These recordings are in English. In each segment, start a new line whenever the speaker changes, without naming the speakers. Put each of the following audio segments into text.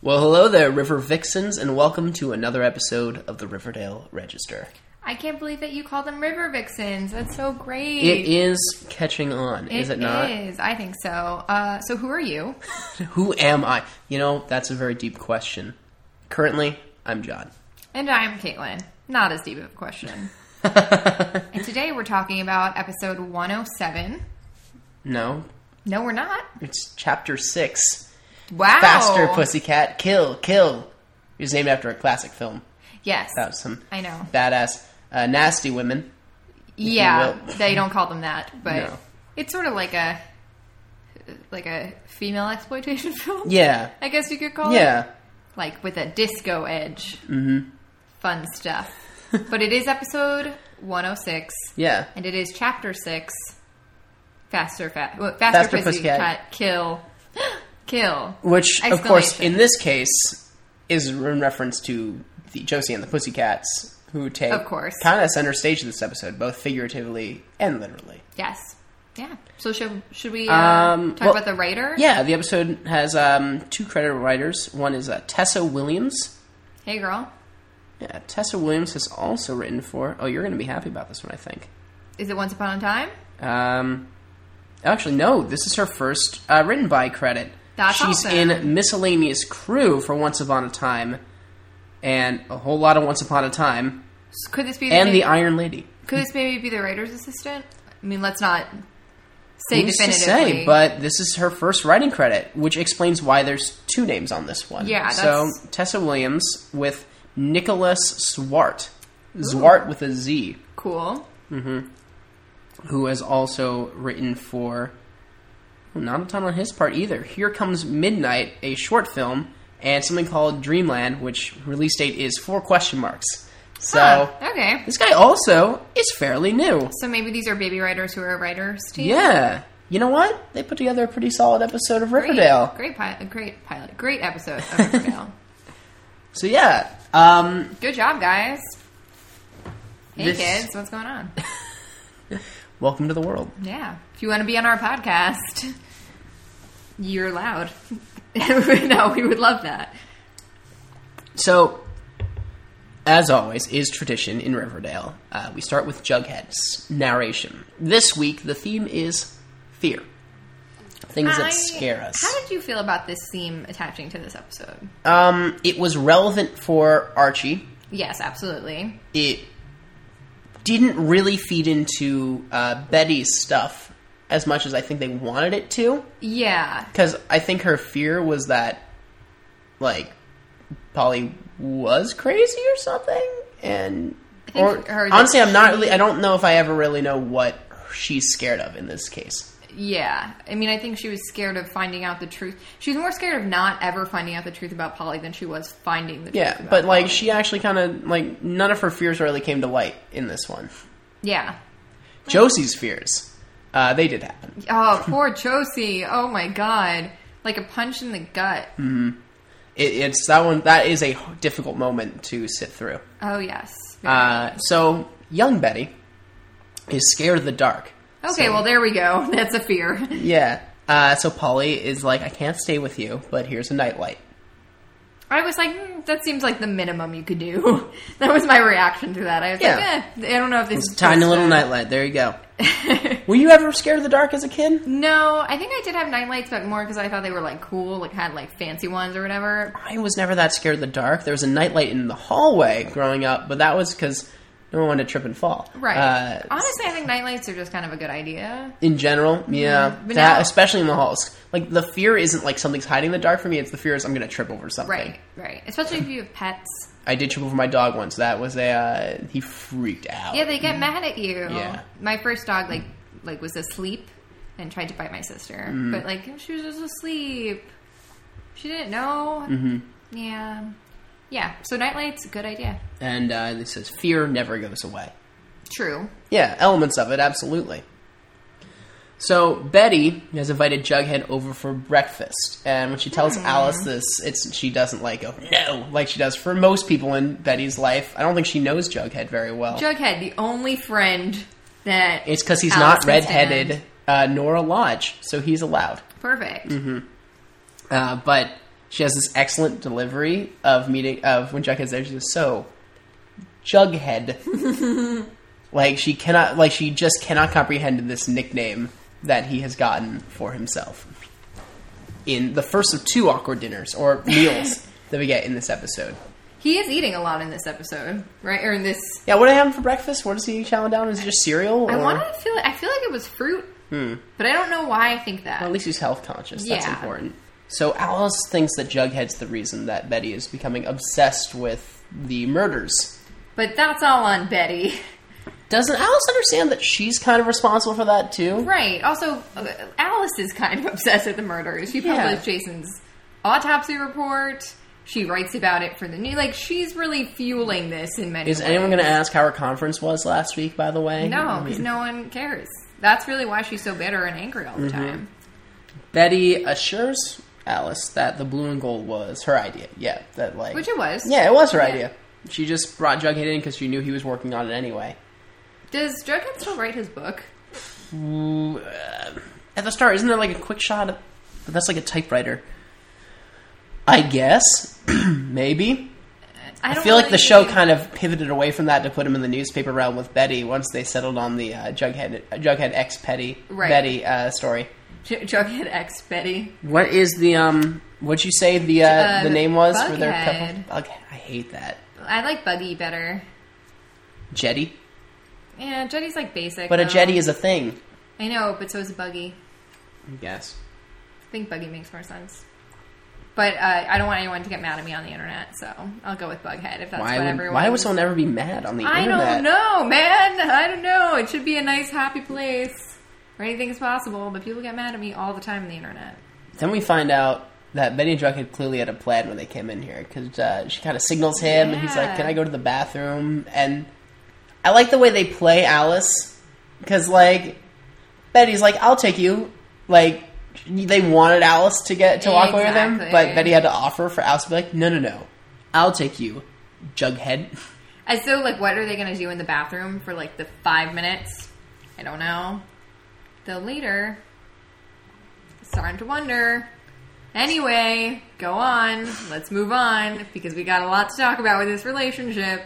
Well, hello there, River Vixens, and welcome to another episode of the Riverdale Register.
I can't believe that you call them river vixens. That's so great.
It is catching on, is it not?
is. I think so. Uh, so who are you?
Who am I? You know, that's a very deep question. Currently, I'm John.
And I'm Caitlin. Not as deep of a question. and today we're talking about episode 107.
No,
No, we're not.
it's chapter six.
Wow.
Faster, Pussycat, kill, kill. It was named after a classic film.
Yes.
That was some
I know.
badass, uh, nasty women.
yeah.
will.
They don't call them that, but
No.
it's sort of like a like a female exploitation film.
Yeah,
I guess you could call it.
yeah.
like with a disco edge. Mm-hmm. Fun stuff. but it is episode 106,
Yeah.
and it is chapter six. Faster, fa- well, faster,
Faster
pussy
Pussycat.
cat, kill, kill.
Which, of course,
Explanation.
in this case, is in reference to the Josie and the Pussycats, who take
Of course.
kind of center stage in this episode, both figuratively and literally.
Yes, yeah. So should should we uh,
Um,
talk
well-
about the writer?
Yeah, the episode has um, two credit writers. One is uh, Tessa Williams.
Hey, girl,
Yeah, Tessa Williams has also written for. Oh, you're going to be happy about this one, I think.
is it Once Upon a Time?
Um, actually, no. This is her first uh, written by credit.
That's
She's
awesome.
in Miscellaneous Crew for Once Upon a Time, and a whole lot of Once Upon a Time,
S- Could this be the,
and
maybe,
the Iron Lady.
could this maybe be the writer's assistant? I mean, let's not say
Who's to
definitively.
say? But this is her first writing credit, which explains why there's two names on this one.
Yeah,
so
that's-
Tessa Williams with Nicholas Swart, Zwart with a Z,
cool.
who has also written for. well, Not a ton on his part either. Here comes Midnight, a short film, and something called Dreamland, which release date is four question marks. So
Huh, okay.
this guy also is fairly new.
So maybe these are baby writers who are writers team.
Yeah. You know what? They put together a pretty solid episode of Riverdale.
Great, great pilot. Great pilot. Great episode of Riverdale.
So yeah, um,
Good job, guys. Hey,
This-
kids. What's going on?
welcome to the world.
Yeah. If you want to be on our podcast, you're allowed. no, we would love that.
So, as always, is tradition in Riverdale. Uh, we start with Jughead's narration. This week, the theme is fear, things
I-
that scare us.
How did you feel about this theme attaching to this episode?
Um, it was relevant for Archie.
Yes, absolutely.
It didn't really feed into uh, Betty's stuff as much as I think they wanted it to.
Yeah.
Because I think her fear was that, like, Polly was crazy or something, and
think
or
her-
honestly, I'm not really. I don't know if I ever really know what she's scared of in this case.
Yeah. I mean, I think she was scared of finding out the truth. She was more scared of not ever finding out the truth about Polly than she was finding the truth.
Yeah,
about
but like
Polly.
she actually kind of like none of her fears really came to light in this one.
Yeah.
Josie's fears, uh, they did happen.
Oh, poor Josie. Oh my god. Like a punch in the gut.
Hmm. It, it's that one. That is a difficult moment to sit through.
Oh yes.
Uh, so young Betty is scared of the dark.
okay,
So-
well there we go. That's a fear.
Yeah. Uh, so Polly is like, I can't stay with you, but here's a nightlight.
I was like, hmm, that seems like the minimum you could do. that was my reaction to that. I was
Yeah.
like, eh, I don't know if this is
Tiny
supposed
little
to-
nightlight. There you go. Were you ever scared of the dark as a kid?
No, I think I did have nightlights, but more because I thought they were like cool, like had like fancy ones or whatever.
I was never that scared of the dark. There was a nightlight in the hallway growing up, but that was because no one wanted to trip and fall.
Right.
Uh,
Honestly, I think nightlights are just kind of a good idea.
in general, yeah.
Mm-hmm. but
that,
now-
especially in the halls. Like, the fear isn't like something's hiding in the dark for me. It's the fear is I'm going to trip over something.
Right, right. Especially if you have pets.
I did trip over my dog once. That was a. Uh, he freaked out.
Yeah, they get mad at you.
Mm. Yeah.
My first dog like like was asleep and tried to bite my sister,
Mm.
but like she was just asleep. She didn't know. Mm-hmm. Yeah, yeah. So nightlights, good idea.
and uh, this says, fear never goes away.
True.
Yeah, elements of it, absolutely. So Betty has invited Jughead over for breakfast, and when she tells Alice this, it's she doesn't like go no, like she does for most people in Betty's life. I don't think she knows Jughead very well.
Jughead, the only friend that
it's because he's
Alice
not
can
redheaded,
stand.
uh, nor a lodge, so he's allowed.
Perfect.
Uh, but She has this excellent delivery of meeting of when Jughead's there. She goes, "So, Jughead." like she cannot, like she just cannot comprehend this nickname that he has gotten for himself. In the first of two awkward dinners or meals that we get in this episode.
He is eating a lot in this episode, right? Or in this.
Yeah, what do I have for breakfast? What does he chowing down? Is it just cereal?
I
or- Hmm.
want to feel. I feel like it was fruit, but I don't know why I think that.
Well, at least he's health conscious. That's
Yeah.
important. So Alice thinks that Jughead's the reason that Betty is becoming obsessed with the murders.
But that's all on Betty,
Doesn't Alice understand that she's kind of responsible for that too?
right? Also, uh, Alice is kind of obsessed with the murders. She
Yeah.
published Jason's autopsy report. She writes about it for the new. Like she's really fueling this in many.
Is anyone
ways.
going to ask how her conference was last week? By the way,
No,
I
because
mean,
no one cares. That's really why she's so bitter and angry all the
Mm-hmm.
time.
Betty assures Alice that the blue and gold was her idea. Yeah, that like
Which it was.
Yeah, it was her
Yeah.
idea. She just brought Jughead in because she knew he was working on it anyway.
Does Jughead still write his book?
Ooh, uh, at the start, isn't there like a quick shot? Of, but that's like a typewriter. I guess, maybe.
I, don't
I feel like the
really-
show kind of pivoted away from that to put him in the newspaper realm with Betty once they settled on the uh, Jughead Jughead X Petty
Right.
Betty uh, story.
J- Jughead X Betty.
What is the um? What'd you say the uh,
Uh,
the name was for their
Bughead.
couple? Bughead. I hate that
I like Buggy better.
jetty,
Yeah, Jetty's like basic.
but a
though.
jetty is a thing.
I know, but so is Buggy.
I guess.
I think Buggy makes more sense. But uh, I don't want anyone to get mad at me on the internet, so I'll go with Bughead if that's
Why
what
would,
everyone.
why would someone ever be mad on the
I
internet?
don't know, man. I don't know. It should be a nice, happy place where anything's possible, but people get mad at me all the time on the internet.
Then we find out that Betty and Jughead clearly had a plan when they came in here because uh, she kind of signals him, and he's like,
Yeah.
"Can I go to the bathroom?" And I like the way they play Alice because, like, Betty's like, "I'll take you." Like, they wanted Alice to get to walk away with him,
Exactly.
but Betty had to offer for Alice to be like, "No, no, no, I'll take you, Jughead."
As though, like, what are they going to do in the bathroom for like the five minutes? I don't know. Though later, it's starting to wonder. Anyway, go on. Let's move on because we got a lot to talk about with this relationship.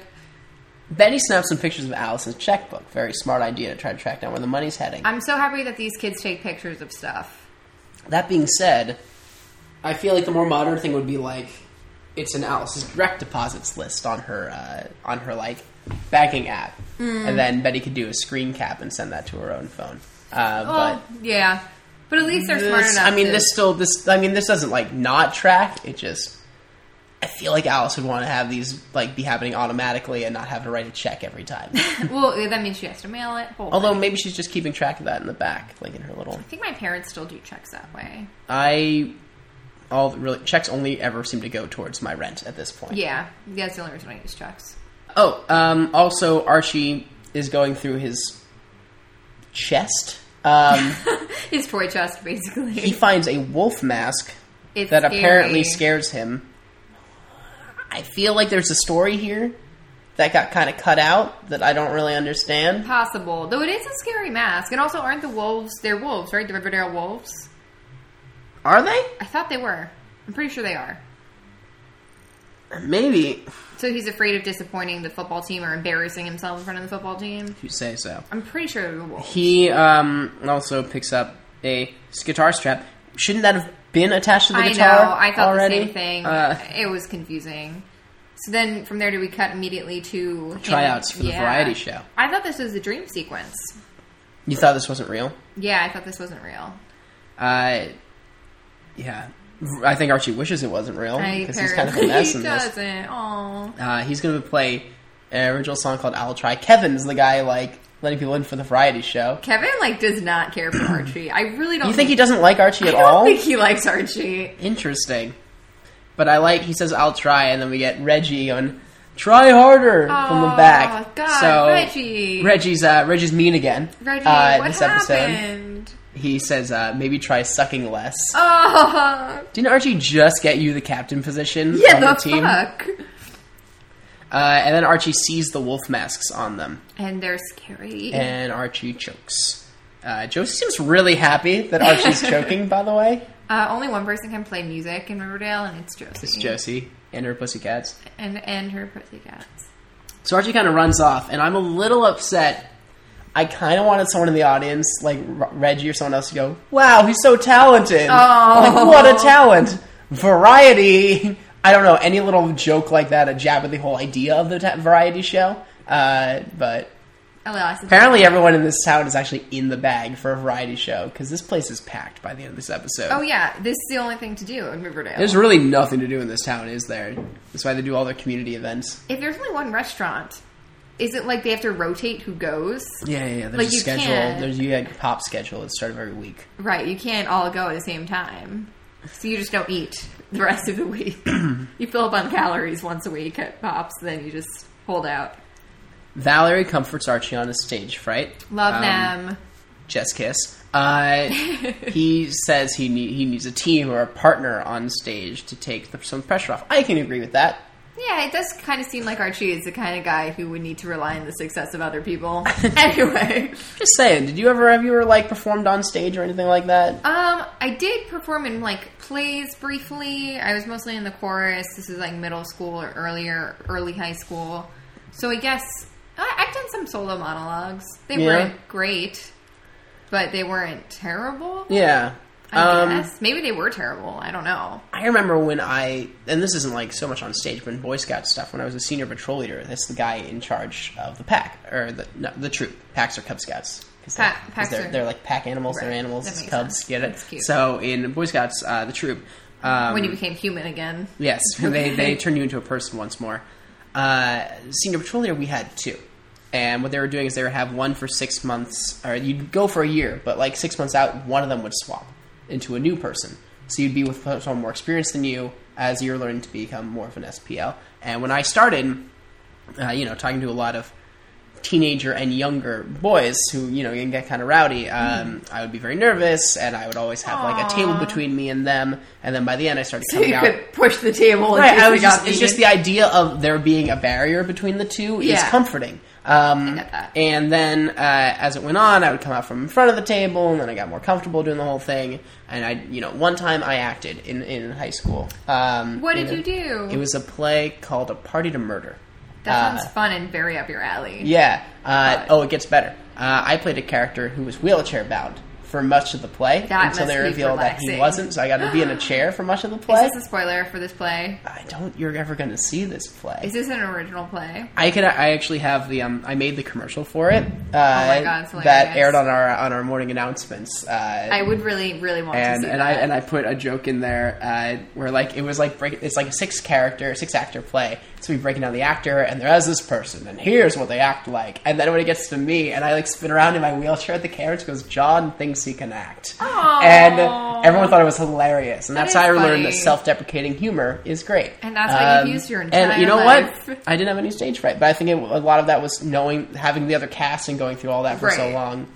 Betty snaps some pictures of Alice's checkbook. Very smart idea to try to track down where the money's heading.
I'm so happy that these kids take pictures of stuff.
That being said, I feel like the more modern thing would be like it's an Alice's direct deposits list on her uh, on her like banking app,
Hmm.
and then Betty could do a screen cap and send that to her own phone. Uh,
Well, yeah, but at least
but
they're smart
this-
enough.
I mean,
to-
this still this I mean this doesn't like not track. It just I feel like Alice would want to have these like be happening automatically and not have to write a check every time.
Well, that means she has to mail it. Hold
Although
on.
maybe she's just keeping track of that in the back, like in her little.
I think my parents still do checks that way.
I all really checks only ever seem to go towards my rent at this point.
Yeah, that's the only reason I use checks.
Oh, um, also Archie is going through his chest. Um,
His toy chest, basically.
he finds a wolf mask
It's
that apparently
scary.
scares him. I feel like there's a story here that got kind of cut out that I don't really understand.
possible. Though it is a scary mask. And also, aren't the wolves, they're wolves, right? The Riverdale wolves?
Are they?
I thought they were. I'm pretty sure they are.
Maybe
So he's afraid of disappointing the football team or embarrassing himself in front of the football team.
if you say so.
I'm pretty sure they're wolves.
He um, also picks up a guitar strap. Shouldn't that have been attached to the
I know.
guitar?
I thought
already?
the same thing.
Uh,
it was confusing. So then from there, do we cut immediately to him-
Tryouts for the variety show.
I thought this was a dream sequence.
you thought this wasn't real?
Yeah, I thought this wasn't real.
Uh, yeah, I think Archie wishes it wasn't real
I
because Oh, he's kind of a
apparently
mess in this.
doesn't. Aw.
Uh, he's going to play an original song called "I'll Try." Kevin's the guy like letting people in for the variety show.
Kevin like does not care for Archie. I really don't.
You think he doesn't like Archie at
I don't
all?
think he likes Archie.
Interesting, but I like. He says, "I'll try," and then we get Reggie on "Try Harder" from the
Aw,
back.
God,
so
Reggie.
Reggie's uh, Reggie's mean again.
Reggie,
uh,
what
this episode,
happened?
he says, uh, "Maybe try sucking less."
Oh,
Didn't Archie just get you the captain position
yeah,
on
the,
the team?
fuck.
Uh, and then Archie sees the wolf masks on them,
And they're scary.
and Archie chokes. Uh, Josie seems really happy that Archie's choking, by the way.
Uh, only one person can play music in Riverdale, and it's Josie.
It's Josie and her pussycats.
And and her pussycats.
So Archie kind of runs off, and I'm a little upset. I kind of wanted someone in the audience, like R- Reggie or someone else, to go, "Wow, he's so talented!
Oh.
Like, what a talent! Variety! I don't know any little joke like that, a jab at the whole idea of the ta- variety show. Uh, but
Oh, well, I said-
apparently, everyone in this town is actually in the bag for a variety show because this place is packed by the end of this episode.
Oh yeah, this is the only thing to do in Riverdale.
There's really nothing to do in this town, is there? That's why they do all their community events.
if there's only one restaurant, is it like they have to rotate who goes?
Yeah, yeah, yeah. There's
Like,
a
you
schedule.
can't-
There's you had pop schedule at the start of every week.
Right, you can't all go at the same time, so you just don't eat the rest of the week. you fill up on calories once a week at Pops, then you just hold out.
Valerie comforts Archie on his stage fright.
Love
Um,
them.
Just kiss. Uh, he says he need, he needs a team or a partner on stage to take the, some pressure off. I can agree with that.
Yeah, it does kind of seem like Archie is the kind of guy who would need to rely on the success of other people. anyway,
Just saying. Did you ever have you ever like performed on stage or anything like that?
um, I did perform in like plays briefly. I was mostly in the chorus. This is like middle school or earlier, early high school. So I guess I, I've done some solo monologues. They
Yeah.
weren't great, but they weren't terrible.
yeah. Um,
I guess maybe they were terrible. I don't know.
I remember when I, and this isn't like so much on stage, but in Boy Scout stuff, when I was a senior patrol leader, that's the guy in charge of the pack, or the no, the troop. Packs are Cub Scouts. Because
Pa- packs
they're,
are-
they're like pack animals, they're
Right.
animals,
That
it's
makes
cubs,
sense.
get it?
That's cute.
So in Boy Scouts, uh, the troop. Um,
When you became human again,
Yes, they they turn you into a person once more. Uh, senior patrol leader, we had two, and what they were doing is they would have one for six months, or you'd go for a year, but like six months out, one of them would swap into a new person. So you'd be with someone more experienced than you as you're learning to become more of an SPL. And when I started, uh, you know, talking to a lot of teenager and younger boys who you know can get kind of rowdy um,
Hmm.
i would be very nervous and i would always have like a table between me and them and then by the end i started
so
coming
you
out
could push the table. in
Right,
case
I
it
was
got
just, it's
mean.
just the idea of there being a barrier between the two is
Yeah.
comforting. Um,
get that.
And then uh, as it went on, I would come out from in front of the table, and then I got more comfortable doing the whole thing. And I, you know, one time I acted in, in high school. Um,
What
in
did you do?
It was a play called A Party to Murder.
That
Uh,
sounds fun and very up your alley.
Yeah. Uh, oh, it gets better. Uh, I played a character who was wheelchair bound for much of the play
That
until they
must be
revealed that he
relaxing.
wasn't. So I got to be in a chair for much of the play.
Is this a spoiler for this play?
I don't. You're ever going to see this play.
Is this an original play?
I could. I actually have the. Um, I made the commercial for it. Uh,
Oh my God,
that
it's hilarious.
aired on our on our morning announcements. Uh,
I would really, really want
and
to see
and I
that.
and I put a joke in there uh, where like it was like break, it's like a six character six actor play. So we breaking down the actor and there is this person and here's what they act like. And then when it gets to me and I like spin around in my wheelchair, the carriage goes. John thinks he can act,
Aww.
and everyone thought it was hilarious. And
That
that's
is
how I learned that
funny.
self deprecating humor is great. Um,
And that's how you've used your
And
entire
you know what?
life.
I didn't have any stage fright, but I think it, a lot of that was knowing having the other cast and going through all that for so
Right.
long.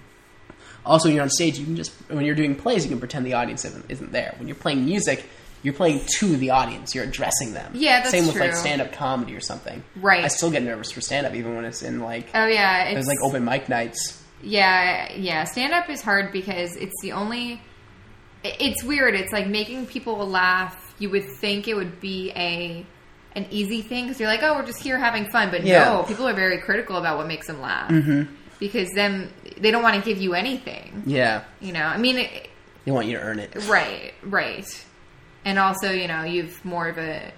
Also, when you're on stage, you can just when you're doing plays, you can pretend the audience isn't, isn't there. When you're playing music, you're playing to the audience. You're addressing them.
Yeah, that's
same with like
true.
stand-up comedy or something.
Right.
I still get nervous for stand-up, even when it's in like
oh yeah,
it
it's
was like open mic nights.
yeah, yeah. Stand up is hard because it's the only. i- It's weird. It's like making people laugh. You would think it would be a an easy thing because you're like, oh, we're just here having fun. But
Yeah. Mm-hmm.
no, people are very critical about what makes them laugh because them they don't want to give you anything.
Yeah,
You know, I mean, it,
they want you to earn it.
Right, right. And also, you know, you've more of a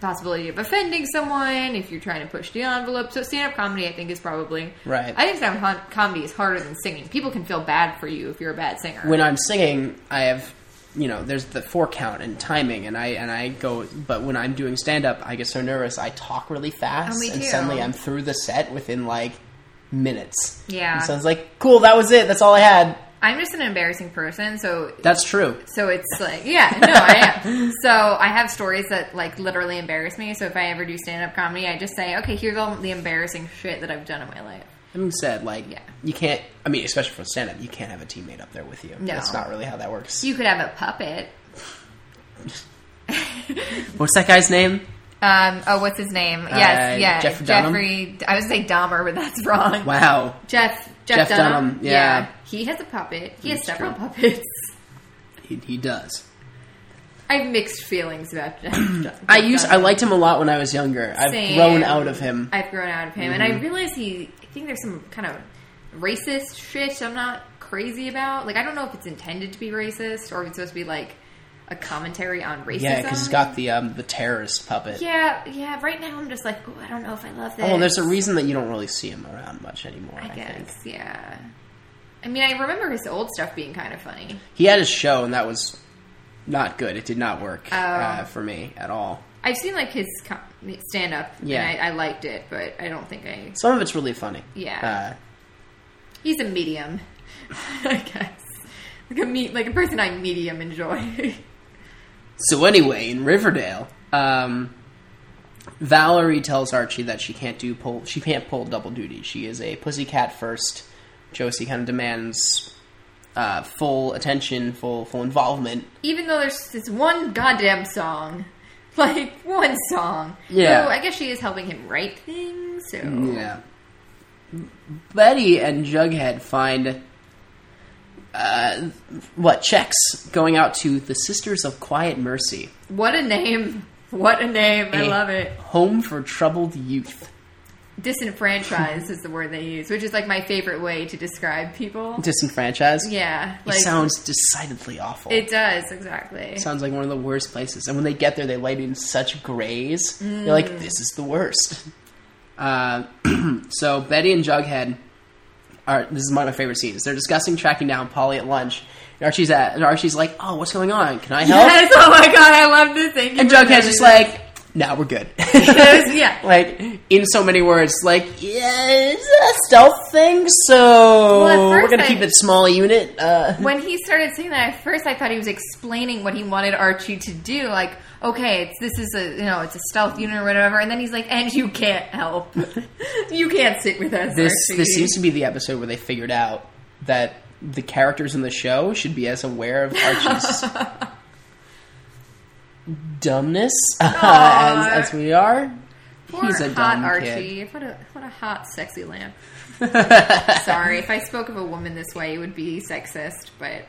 possibility of offending someone if you're trying to push the envelope. So stand up comedy, I think, is probably
Right.
I think stand up comedy is harder than singing. People can feel bad for you if you're a bad singer.
when I'm singing, I have you know there's the four count and timing, and I and I go. But when I'm doing stand up, I get so nervous. I talk really fast,
Oh, me
and
too.
suddenly I'm through the set within like minutes.
Yeah.
And so it's like, cool, that was it. That's all I had.
I'm just an embarrassing person, so
That's true.
so it's like yeah, no, I am. So I have stories that like literally embarrass me. So if I ever do stand up comedy, I just say, okay, here's all the embarrassing shit that I've done in my life.
Having said, like,
Yeah.
you can't. I mean, especially for stand up, you can't have a teammate up there with you.
No.
That's not really how that works.
You could have a puppet.
What's that guy's name?
Um, oh, what's his name? Yes,
Uh,
yeah,
Jeffrey
Jeffrey.
Dunham?
I was gonna say Dahmer, but that's wrong.
Wow.
Jeff.
Jeff
Jeff, Dunham.
Dunham, yeah.
he has a puppet. He has
That's
several
true.
puppets.
He, he does.
I have mixed feelings about John. John-
I used I liked him a lot when I was younger. I've
Same.
grown out of him. Mm-hmm.
I've grown out of him, and I realize he. I think there's some kind of racist shit I'm not crazy about. Like I don't know if it's intended to be racist or if it's supposed to be like a commentary on racism.
Yeah, because he's got the um, the terrorist puppet.
Yeah, yeah. Right now, I'm just like, oh, I don't know if I love this.
Oh, there's a reason that you don't really see him around much anymore. I,
I
think
guess, yeah. I mean, I remember his old stuff being kind of funny.
he had his show, and that was not good. It did not work
Oh.
uh, for me at all.
I've seen like his stand up,
Yeah.
and I, I liked it, but I don't think I.
Some of it's really funny.
Yeah.
Uh,
He's a medium, I guess. Like a me, like a person I medium enjoy.
So anyway, in Riverdale, um, Valerie tells Archie that she can't do pull she can't pull double duty. She is a pussycat first. Josie kind of demands uh, full attention, full full involvement.
Even though there's this one goddamn song, like one song.
Yeah.
So I guess she is helping him write things. So
Yeah. Betty and Jughead find uh, what checks going out to the Sisters of Quiet Mercy,
what a name! What a name! I
Eh.
love it.
home for troubled youth.
Disenfranchised is the word they use, which is like my favorite way to describe people.
Disenfranchised.
Yeah,
It
like
sounds decidedly awful.
it does exactly.
Sounds like one of the worst places. And when they get there, they light in such grays. They're
Mm.
like, this is the worst. Uh, so Betty and Jughead are. This is one of my favorite scenes. They're discussing tracking down Polly at lunch. And Archie's at. And Archie's like, oh, what's going on? Can I help?
Yes, oh my god, I love this thing.
And Jughead's just like, now we're good.
yeah.
like in so many words, like yeah, it's a stealth thing. So
Well, at
we're
first
gonna
I-
keep it small unit. Uh,
When he started saying that, at first I thought he was explaining what he wanted Archie to do. Like, okay, it's, this is a you know it's a stealth unit or whatever. And then he's like, and you can't help. you can't sit with us.
this
Archie.
this seems to be the episode where they figured out that the characters in the show should be as aware of Archie's dumbness uh,
Aw.
as, as we are.
Poor
he's a
hot
dumb
Archie. What a what a hot sexy lamp. Sorry if I spoke of a woman this way, it would be sexist, but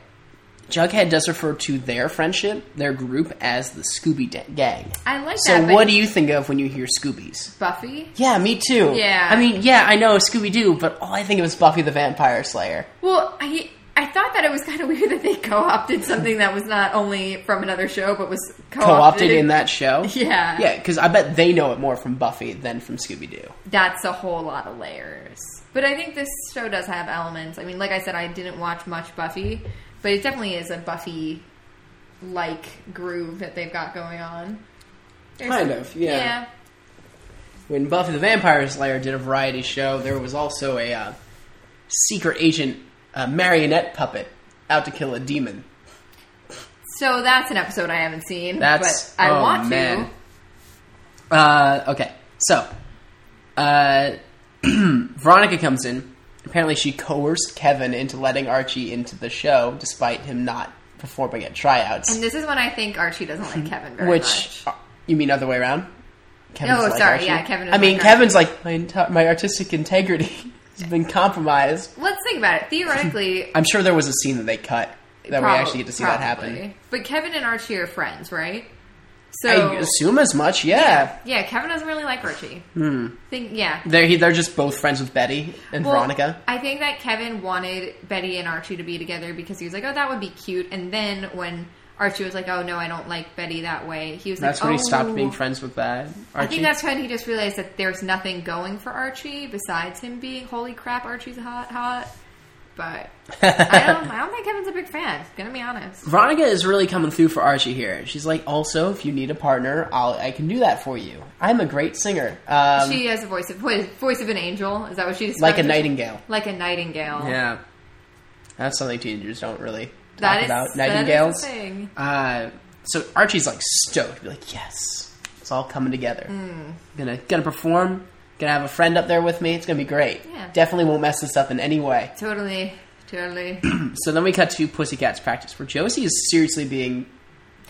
Jughead does refer to their friendship, their group, as the Scooby da- Gang.
I like
So,
that. but
what do you think of when you hear Scoobies?
Buffy?
Yeah, me too.
Yeah.
I mean, yeah, I know Scooby Doo, but all I think of is Buffy the Vampire Slayer.
Well, I I thought that it was kind of weird that they co-opted something that was not only from another show but was co-opted,
Co opted in that show.
Yeah.
Yeah, because I bet they know it more from Buffy than from Scooby Doo.
That's a whole lot of layers. But I think this show does have elements. I mean, like I said, I didn't watch much Buffy, but it definitely is a Buffy like groove that they've got going on. There's-
Kind of, yeah. when Buffy the Vampire Slayer did a variety show, there was also a uh, secret agent uh, marionette puppet out to kill a demon.
So that's an episode I haven't seen.
That's-
but I
oh,
want
man.
to.
Uh, okay, so uh, Veronica comes in. Apparently, she coerced Kevin into letting Archie into the show, despite him not performing at tryouts.
And this is when I think Archie doesn't like Kevin very
Which uh,
much.
you mean other way around? Kevin's
No, sorry, yeah, Kevin is
I mean,
like Archie.
Kevin's like my enti- my artistic integrity has been compromised.
Let's think about it. Theoretically,
I'm sure there was a scene that they cut that we
prob-
actually get to see that happen.
probably. But Kevin and Archie are friends, right?
I
So
assume as much, yeah.
yeah, Kevin doesn't really like Archie.
Hmm.
Think yeah.
They're he- they're just both friends with Betty and
Well,
Veronica.
I think that Kevin wanted Betty and Archie to be together because he was like, "Oh, that would be cute." And then when Archie was like, "Oh no, I don't like Betty that way," he was
That's
like,
when
"Oh."
he stopped being friends with that Archie.
I think that's when he just realized that there's nothing going for Archie besides him being holy crap, Archie's hot, hot. But I don't, I don't think Kevin's a big fan. Gonna be honest.
Veronica is really coming through for Archie here. She's like, also, if you need a partner, I'll I can do that for you. I'm a great singer, um,
she has a voice of what is, voice of an angel. Is that what she describes?
like a
it?
nightingale.
Like a nightingale.
Yeah, that's something teenagers don't really talk
That is
about.
that is a
Nightingales.
thing.
Uh, so Archie's like stoked, be like, yes, it's all coming together.
Hmm.
Gonna gonna perform. Gonna have a friend up there with me. It's gonna be great.
Yeah.
Definitely won't mess this up in any way.
Totally, totally.
So then we cut to Pussycat's practice, where Josie is seriously being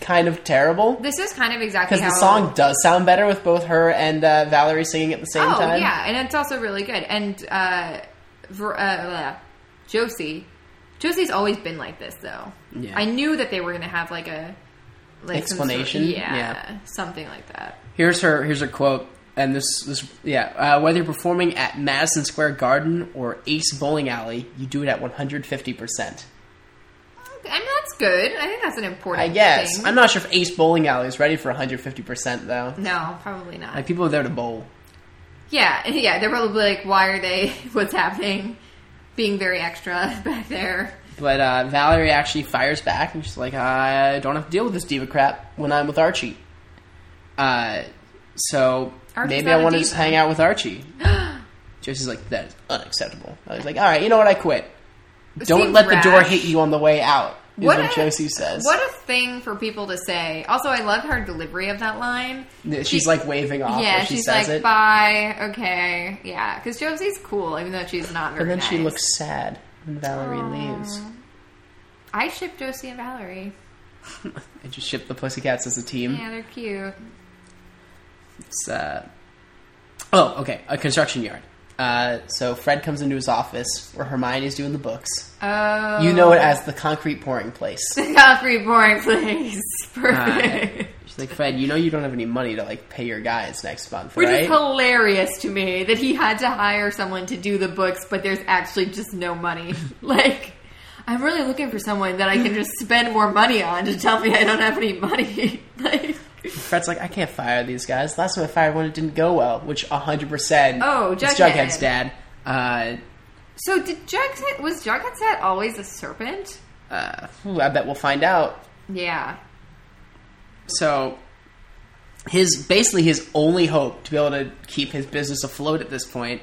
kind of terrible
this is kind of exactly
because
how
the song does sound better with both her and uh, Valerie singing at the same
oh,
time.
yeah, and it's also really good. And uh, Ver- uh, blah, Josie, Josie's always been like this, though.
Yeah.
I knew that they were going to have like a like some sort-
Explanation?
yeah,
Yeah.
something like that.
Here's her. Here's her quote. And this, this, yeah. Uh, whether you're performing at Madison Square Garden or Ace Bowling Alley, you do it at 150. percent
I mean, that's good. I think that's an important.
I guess.
thing.
I'm not sure if Ace Bowling Alley is ready for 150 percent though.
no, probably not.
Like people are there to bowl.
yeah, yeah. They're probably like, why are they? What's happening? Being very extra back there.
But uh, Valerie actually fires back, and she's like, "I don't have to deal with this diva crap when I'm with Archie." Uh, so
Archie's
maybe
not
I
a
want to
diva.
just hang out with Archie. Jesse's like, "That is unacceptable." I was like, "All right, you know what? I quit. Don't
Seems
let the door
rash.
hit you on the way out." Is what,
What a-
Josie says.
What a thing for people to say. Also, I love her delivery of that line.
She's
She-
like waving off
yeah,
when she
she's
says
like,
it,
bye, okay, yeah. Because Josie's cool, even though she's not very
and then she
nice.
looks sad when Valerie leaves.
I ship Josie and Valerie.
I just ship the Pussycats as a team.
Yeah, they're cute.
It's, uh, oh, okay, a construction yard. Uh, so Fred comes into his office where Hermione's doing the books.
Oh,
You know it as the concrete pouring place.
the concrete boring place. Perfect.
Uh, she's like, Fred, you know you don't have any money to like pay your guys next month,
Which
right?
is hilarious to me that he had to hire someone to do the books, but there's actually just no money. like, I'm really looking for someone that I can just spend more money on to tell me I don't have any money. like,
Fred's like, I can't fire these guys. Last time I fired one, it didn't go well, which 100%
Oh,
is
Jughead.
Jughead's dad. Uh,
so did Jughead? Was Jughead's dad always a serpent?
uh, ooh, I bet we'll find out.
Yeah.
So his basically his only hope to be able to keep his business afloat at this point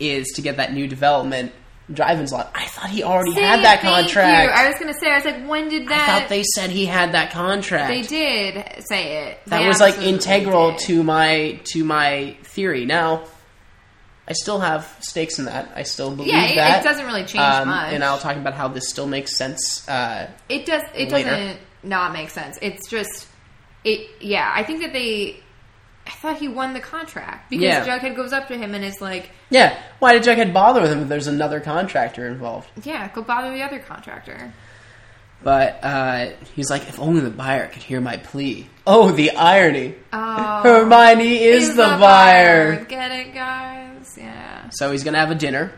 is to get that new development drive-in's lot. I thought he already had that
Thank
contract.
you. I was gonna say. I was like, when did
I
that?
thought they said he had that contract.
they did say it.
that
They
was like
absolutely
integral
did.
to my to my theory. Now, I still have stakes in that. I still believe
Yeah, it- it
that Um,
doesn't really change much.
And I'll talk about how this still makes sense. Uh,
It does. It
later.
doesn't not make sense. It's just it. Yeah, I think that they. I thought he won the contract because
Yeah.
Jughead goes up to him and is like,
yeah, why did Jughead bother with him if there's another contractor involved?
"Yeah, go bother the other contractor."
But uh, he's like, if only the buyer could hear my plea. Oh, the irony!
Oh,
Hermione is, the, buyer.
Get it, guys? Yeah.
So he's gonna have a dinner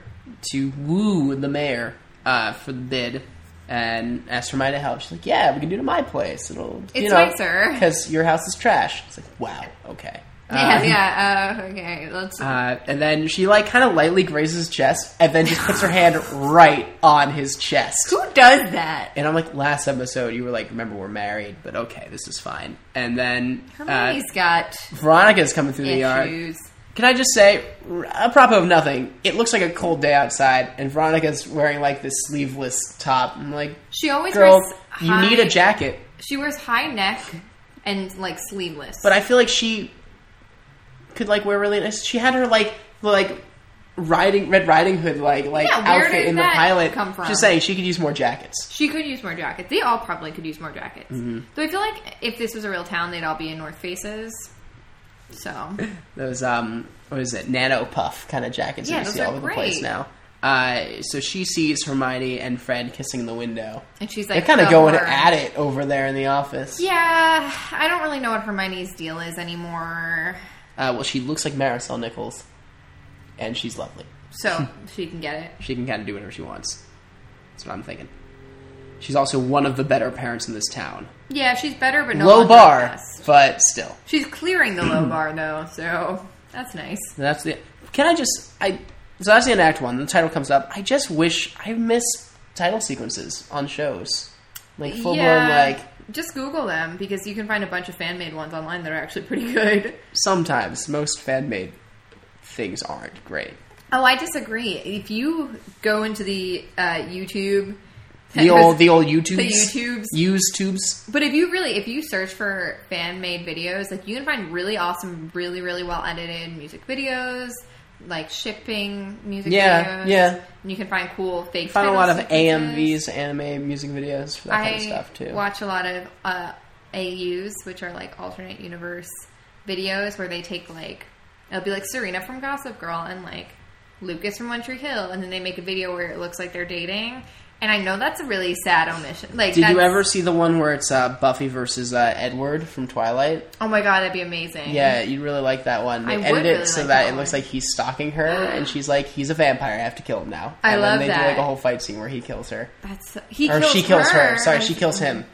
to woo the mayor uh, for the bid and ask Hermione to help. She's like, "Yeah, we can do it at my place. It'll you
It's
know,
nicer."
because your house is trash." It's like, "Wow, okay."
yeah,
Uh,
yeah. Uh, okay, let's.
uh, and then she like kind of lightly grazes his chest, and then just puts her hand right on his chest.
who does that?
And I'm like, last episode you were like, "Remember, we're married," but okay, this is fine. And then uh,
Hermione's got
Veronica's coming through the yard.
issues.
Can I just say, r- apropos of nothing, it looks like a cold day outside, and Veronica's wearing like this sleeveless top. I'm like,
She always
girl,
wears.
you
high-
need a jacket.
She wears high neck and like sleeveless.
But I feel like she could like wear really nice. She had her like like riding Red Riding Hood like like
Yeah, where
outfit
did
in the
that
pilot.
come from?
Just saying, she could use more jackets.
She could use more jackets. They all probably could use more jackets.
Mm-hmm.
Though I feel like if this was a real town, they'd all be in North Faces. So
Those um, what is it, nano puff kind of jackets
Yeah,
that you
those
see
are
all over the place
great.
now. Uh, so she sees Hermione and Fred kissing in the window.
and she's
They're
like,
kind of
"Oh,
going
her."
at it over there in the office.
Yeah, I don't really know what Hermione's deal is anymore.
Uh, well, she looks like Marisol Nichols, and she's lovely.
So she can get it.
She can kind of do whatever she wants. That's what I'm thinking. She's also one of the better parents in this town.
Yeah, she's better, but no
Low
longer the
bar,
best.
but still.
She's clearing the low bar though, so that's nice.
That's the. Can I just? I so that's the end of Act One. The title comes up. I just wish I miss title sequences on shows, like full blown like.
just Google them because you can find a bunch of fan made ones online that are actually pretty good.
Sometimes most fan made things aren't great.
Oh, I disagree. If you go into the uh, YouTube,
The old the old YouTubes,
YouTubes.
use tubes.
but if you really, if you search for fan made videos, like you can find really awesome, really, really well edited music videos, like shipping music
Yeah,
videos.
yeah.
And you can find cool fake.
Found a lot of
fiddle sequences.
AMVs, anime music videos, for that
I
kind of stuff too.
watch a lot of uh, AUs, which are like alternate universe videos where they take like it'll be like Serena from Gossip Girl and like Lucas from One Tree Hill, and then they make a video where it looks like they're dating, And I know that's a really sad omission. Like,
Did you
that's-
ever see the one where it's uh, Buffy versus uh, Edward from Twilight?
Oh my god, that'd be amazing.
Yeah, you'd really like that one. They
I would
edited it
really
so
like
that,
that
it looks
one.
like he's stalking her, and she's like, "He's a vampire. I have to kill him now."
I
and
love
then they do
that.
like a whole fight scene where he kills her,
That's he
or
kills Mm-hmm.
she kills her. Sorry,
and-
she kills him.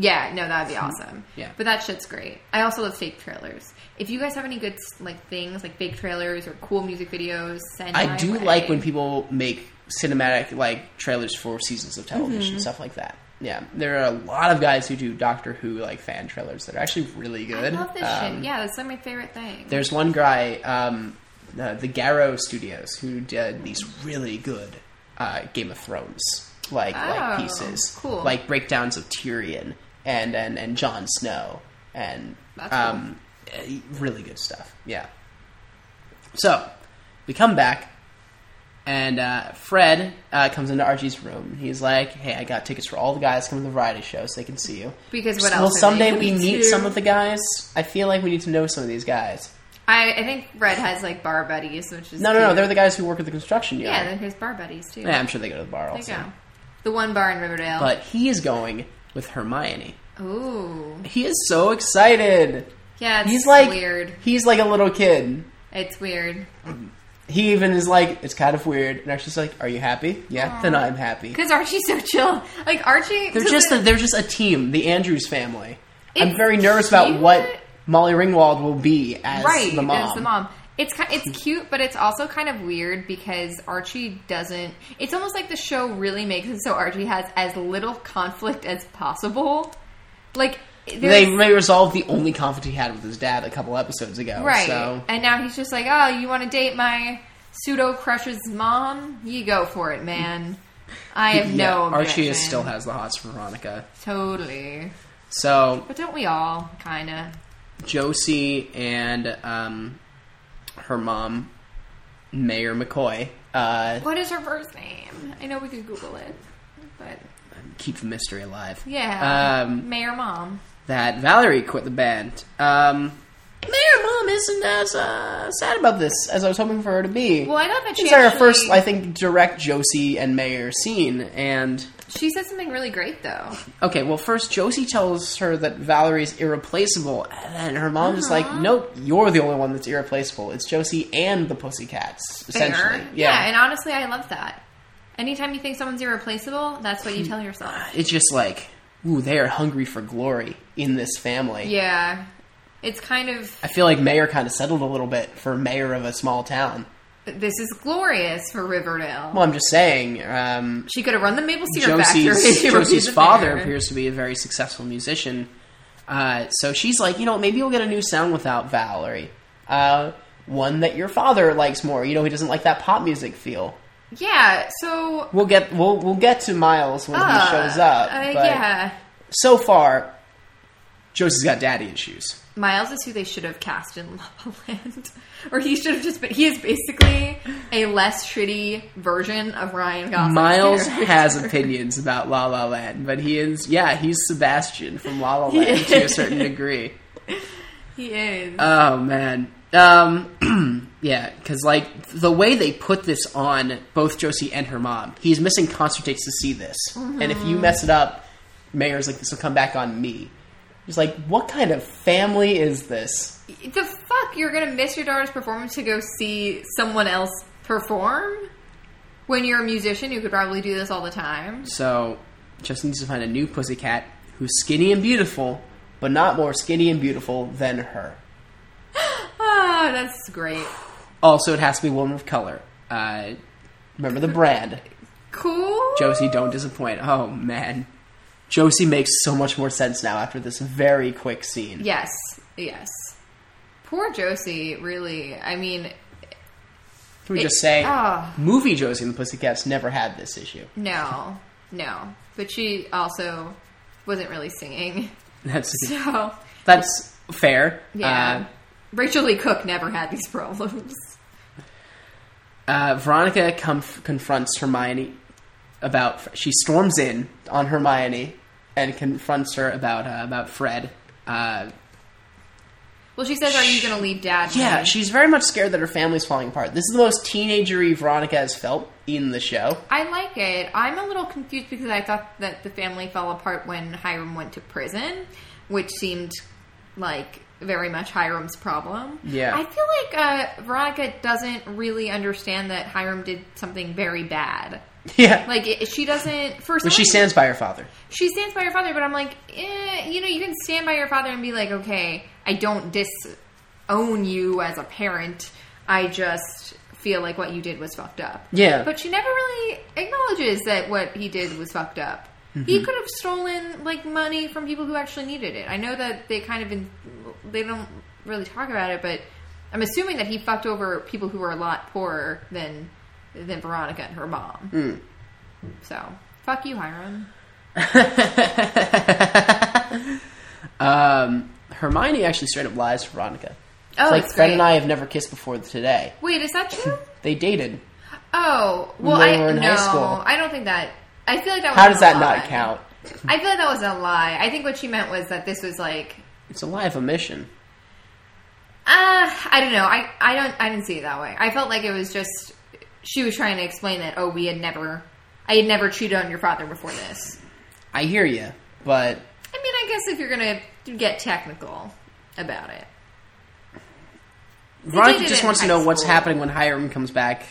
Yeah, no, that'd be awesome.
Yeah.
but that shit's great. I also love fake trailers. If you guys have any good like things like fake trailers or cool music videos, send.
I
my
do
way.
like when people make cinematic like trailers for seasons of television
Mm-hmm.
stuff like that. Yeah, there are a lot of guys who do Doctor Who like fan trailers that are actually really
I
good.
love this
Um,
shit. Yeah, that's like my favorite thing.
There's one guy, um, uh, the Garrow Studios, who did these really good uh, Game of Thrones like like
Oh,
pieces,
cool.
like breakdowns of Tyrion and and and Jon Snow and
That's cool.
um, eh, really good stuff. Yeah. So we come back. And uh, Fred uh, comes into Archie's room. He's like, "Hey, I got tickets for all the guys coming to the variety show, so they can see you."
Because what
Well,
else are
someday
they
we
gonna
meet
do?
some of the guys. I feel like we need to know some of these guys.
I, I think Red has like bar buddies, which is
No, no, no.
cute.
They're the guys who work at the construction
yeah,
yard.
then his bar buddies too.
Yeah, I'm sure they go to the bar
there you
also.
go. The one bar in Riverdale.
But he is going with Hermione.
Ooh,
He is so excited.
yeah, it's
He's like
weird.
He's like a little kid.
It's weird
He even is like, it's kind of weird. And Archie's like, "Are you happy? Yeah, then I'm happy."
because Archie's so chill. Like Archie,
They're
so
just
the-
a, they're just a team, the Andrews family. I'm
It's
very nervous about
cute.
what Molly Ringwald will be as
right
the mom.
It's the mom. It's ki it's cute, but it's also kind of weird because Archie doesn't. It's almost like the show really makes it so Archie has as little conflict as possible. Like
They
there's-
may resolve the only conflict he had with his dad a couple episodes ago.
right,
So
and now he's just like, oh, you want to date my pseudo crush's mom? You go for it, man. I have
Yeah,
no.
Archie is
objection.
still has the hots for Veronica.
totally,
So
but don't we all kind of?
Josie and um, her mom, Mayor McCoy, uh,
What is her first name? I know we could Google it, but
keep the mystery alive.
yeah,
Um,
Mayor Mom.
that Valerie quit the band. Um, Mayor Mom isn't as uh, sad about this as I was hoping for her to be.
Well, I thought that she
This is our
actually-
first, I think, direct Josie and Mayor scene, and
She said something really great though.
Okay, well, first Josie tells her that Valerie's irreplaceable, and then her mom is like,
Uh-huh.
"Nope, you're the only one that's irreplaceable. It's Josie and the Pussycats, essentially."
Fair. and honestly, I love that. Anytime you think someone's irreplaceable, that's what you tell yourself.
it's just like, ooh, they are hungry for glory in this family.
Yeah, it's kind of
I feel like Mayor kind of settled a little bit for mayor of a small town.
this is glorious for Riverdale.
Well, I'm just saying, um,
she could have run the maple syrup factory.
Josie's,
She
Josie's
refused to
father
fire.
appears to be a very successful musician. Uh, so she's like, you know, maybe you'll get a new sound without Valerie. Uh, one that your father likes more. You know, he doesn't like that pop music feel.
Yeah, so
We'll get we'll we'll get to Miles when
uh,
he shows up.
uh,
but
yeah,
So far, Josie's got daddy issues.
Miles is who they should have cast in La La Land, or he should have just been. He is basically a less shitty version of Ryan Gosling.
Miles has opinions about La La Land, but he is yeah he's Sebastian from La La Land to a
is.
certain degree.
He is.
Oh man. Um yeah, cuz like the way they put this on both Josie and her mom. He's missing concert dates to see this. And if you mess it up, Mayor's like this will come back on me. He's like, "What kind of family is this?"
the fuck you're gonna miss your daughter's performance to go see someone else perform when you're a musician you could probably do this all the time
So, Josie needs to find a new pussycat who's skinny and beautiful, but not more skinny and beautiful than her.
ah that's great
Also, it has to be a woman of color. Uh remember the brand.
cool
Josie, don't disappoint. Oh man. Josie makes so much more sense now after this very quick scene.
yes yes poor josie really i mean
Can we
It-
just say
ah.
movie Josie and the Pussycats never had this issue.
no no but she also wasn't really singing
That's
so
that's fair.
yeah rachel lee cook never had these problems
Uh, uh, Veronica comf- confronts Hermione about. She storms in on Hermione and confronts her about uh, about Fred. Uh,
Well, she says, "Are you going to leave Dad?"
Yeah,
Mom?"
she's very much scared that her family's falling apart. This is the most teenagery Veronica has felt in the show.
I like it. I'm a little confused because I thought that the family fell apart when Hiram went to prison, which seemed like very much Hiram's problem.
Yeah.
I feel like uh, Veronica doesn't really understand that Hiram did something very bad.
Yeah.
Like it, she doesn't. First,
but she stands by her father.
she stands by her father, but I'm like, eh, you know, you can stand by your father and be like, okay, I don't disown you as a parent. I just feel like what you did was fucked up.
Yeah.
But she never really acknowledges that what he did was fucked up. He could have stolen like money from people who actually needed it. I know that they kind of in, they don't really talk about it, but I'm assuming that he fucked over people who were a lot poorer than than Veronica and her mom. So fuck you, Hiram.
Um, Hermione actually straight up lies to Veronica. It's
Oh,
like
it's
Fred
great.
and I have never kissed before today.
Wait, is that true?
They dated.
Oh, well,
They
I
were in
no,
high school.
I don't think that. I feel like that. Was
How does
a
that
lie.
not count?
I feel like that was a lie. I think what she meant was that this was like.
It's a lie of omission.
Uh, I don't know. I, I don't. I didn't see it that way. I felt like it was just she was trying to explain that. Oh, we had never. I had never cheated on your father before this.
I hear you, but
I mean, I guess if you're gonna get technical about it,
Veronica
dated
just
in
wants to
high
know what's
school.
happening when Hiram comes back,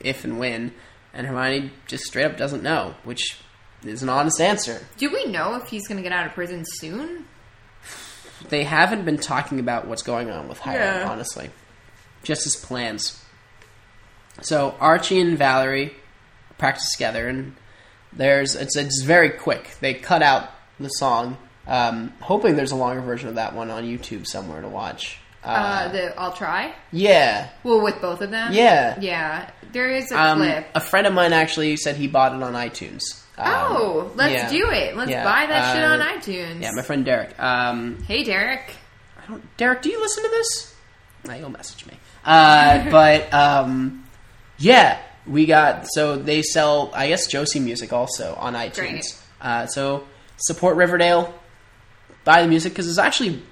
if and when, and Hermione just straight up doesn't know, which is an honest answer.
do we know if he's gonna get out of prison soon?
They haven't been talking about what's going on with Hiram,
Yeah.
honestly. Just his plans. So Archie and Valerie practice together, and there's it's it's very quick. They cut out the song, um, hoping there's a longer version of that one on YouTube somewhere to watch. Uh,
Uh, the I'll try.
yeah,
Well, with both of them.
Yeah.
yeah. There is a
Um,
clip.
a friend of mine actually said he bought it on iTunes. Um,
Oh, let's
yeah.
do it. Let's
Yeah,
buy that shit
uh,
on iTunes.
Yeah, my friend Derek. Um,
hey, Derek.
I don't, Derek, do you listen to this? Nah, you'll message me. Uh, but um, yeah, we got so they sell I guess Josie music also on iTunes.
Great.
Uh, so support Riverdale, buy the music because there's actually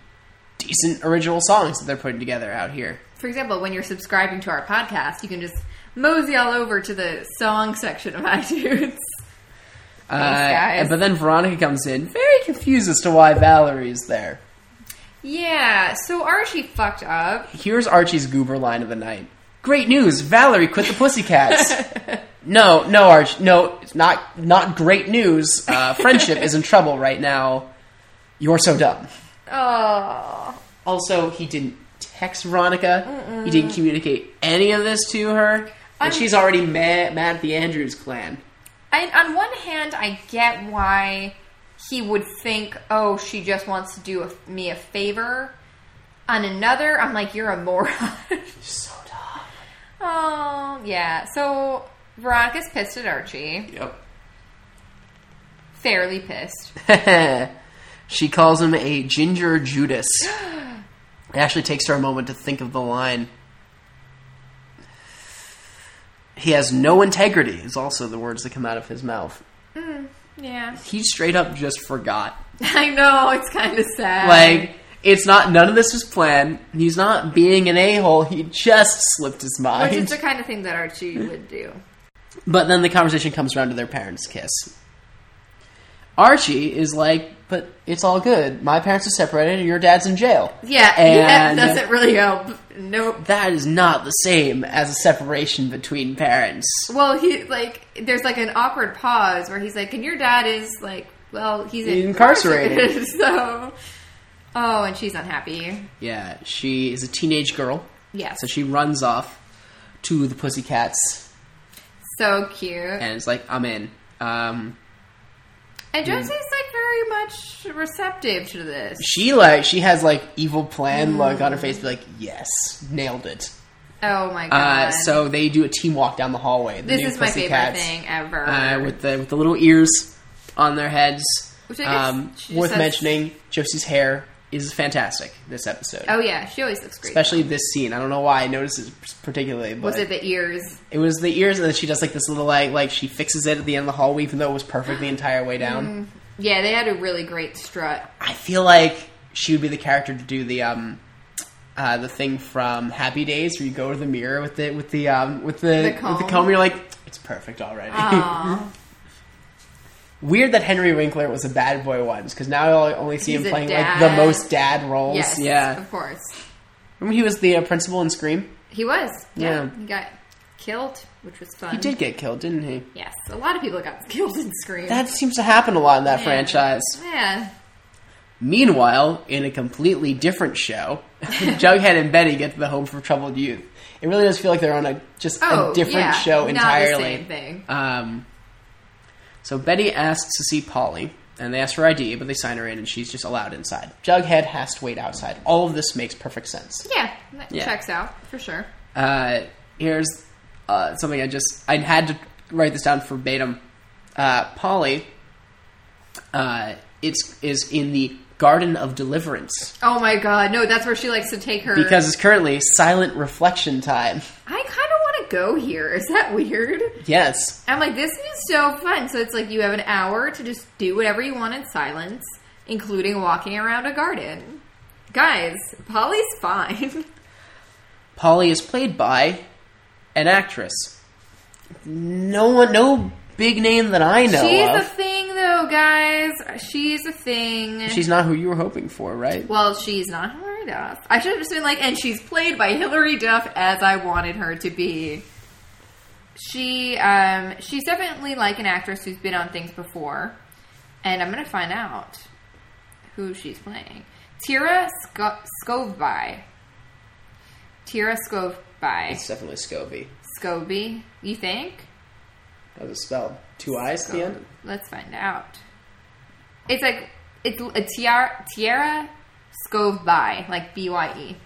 decent original songs that they're putting together out here.
For example, when you're subscribing to our podcast, you can just mosey all over to the song section of iTunes. guys.
Uh, but then Veronica comes in, very confused as to why Valerie's there.
yeah, so Archie fucked up.
Here's Archie's goober line of the night. Great news, Valerie quit the Pussycats. no, no, Arch, no, it's not not great news. Uh, friendship is in trouble right now. You're so dumb.
Oh,
Also, he didn't text Veronica. He didn't communicate any of this to her, and
I'm-
she's already mad, mad at the Andrews clan.
I, on one hand, I get why he would think, oh, she just wants to do a, me a favor. On another, I'm like, you're a moron.
So dumb.
Oh, yeah. So Veronica's pissed at Archie. Fairly pissed.
Yep. she calls him a ginger Judas. It actually takes her a moment to think of the line. He has no integrity, is also the words that come out of his mouth.
Yeah.
He straight up just forgot.
I know. It's kind of sad.
Like, it's not, none of this was planned. He's not being an a hole. He just slipped his
Which
mind.
is the kind of thing that Archie would do.
But then the conversation comes around to their parents' kiss. Archie is like, but it's all good. My parents are separated and your dad's in jail.
Yeah,
And- uh,
that doesn't really help. Nope.
That is not the same as a separation between parents.
Well, he like there's like an awkward pause where he's like, "And your dad is like, well, he's
Incarcerated.
incarcerated, so." Oh, and she's unhappy.
Yeah, she is a teenage girl.
Yes.
So she runs off to the Pussycats
So cute.
and is like, I'm in. Um,
And Josie's like very much receptive to this.
she like she has like evil
Mm.
plan look on her face, be like, yes, nailed it.
Oh my god.
Uh, so they do a team walk down the hallway. The
This
new
is my favorite
Pussycats.
thing ever.
uh, with the with the little ears on their heads. Um,
Which I guess she just
worth
has-
mentioning, Josie's hair is fantastic this episode,
oh yeah, she always looks great.
especially this scene. I don't know why I noticed it particularly, but
was it the ears?
it was the ears, and then she does like this little like like she fixes it at the end of the hallway, even though it was perfect the entire way
Mm-hmm.
down.
Yeah, they had a really great strut.
I feel like she would be the character to do the um uh, the thing from Happy Days where you go to the mirror with the with the um, with the,
The
with the
comb.
comb. You're like, it's perfect already.
Aw.
Weird that Henry Winkler was a bad boy once because now I only see
He's
him
a
playing like the
dad.
most dad roles.
yes,
Yeah,
of course.
remember he was the uh, principal in Scream.
He was. Yeah.
Yeah.
He got killed, which was fun.
He did get killed, didn't he?
Yes. A lot of people got killed in Scream.
That seems to happen a lot in that
Yeah.
franchise.
Yeah.
Meanwhile, in a completely different show, Jughead and Betty get to the home for troubled youth. It really does feel like they're on a just
Oh,
a different
yeah,
show
not the
entirely.
same thing.
Um, so Betty asks to see Polly, and they ask for ID, but they sign her in, and she's just allowed inside. Jughead has to wait outside. All of this makes perfect sense.
Yeah. That
Yeah.
checks out for sure.
Uh, here's uh, something I just I had to write this down verbatim. Uh, Polly, uh, it's is in the Garden of Deliverance.
Oh my god. No, that's where she likes to take her.
because it's currently silent reflection time.
I kind of want to go here. Is that weird?
Yes.
I'm like, this is so fun. So it's like you have an hour to just do whatever you want in silence, including walking around a garden. Guys, Polly's fine.
Polly is played by an actress. No one no big name that I know
She's a
of.
thing, though, guys. She's a thing.
She's not who you were hoping for, right?
well, she's not Hillary Duff. I should have just been like, and she's played by Hillary Duff as I wanted her to be. She, um, she's definitely like an actress who's been on things before, and I'm gonna find out who she's playing. Tira Sco- Scovi. Tira
It's
Scovi.
definitely Scobie.
Scobie, you think?
How's it spelled? Two eyes at the end?
Let's find out. It's like it's a tiara, tiara scove by like B Y E.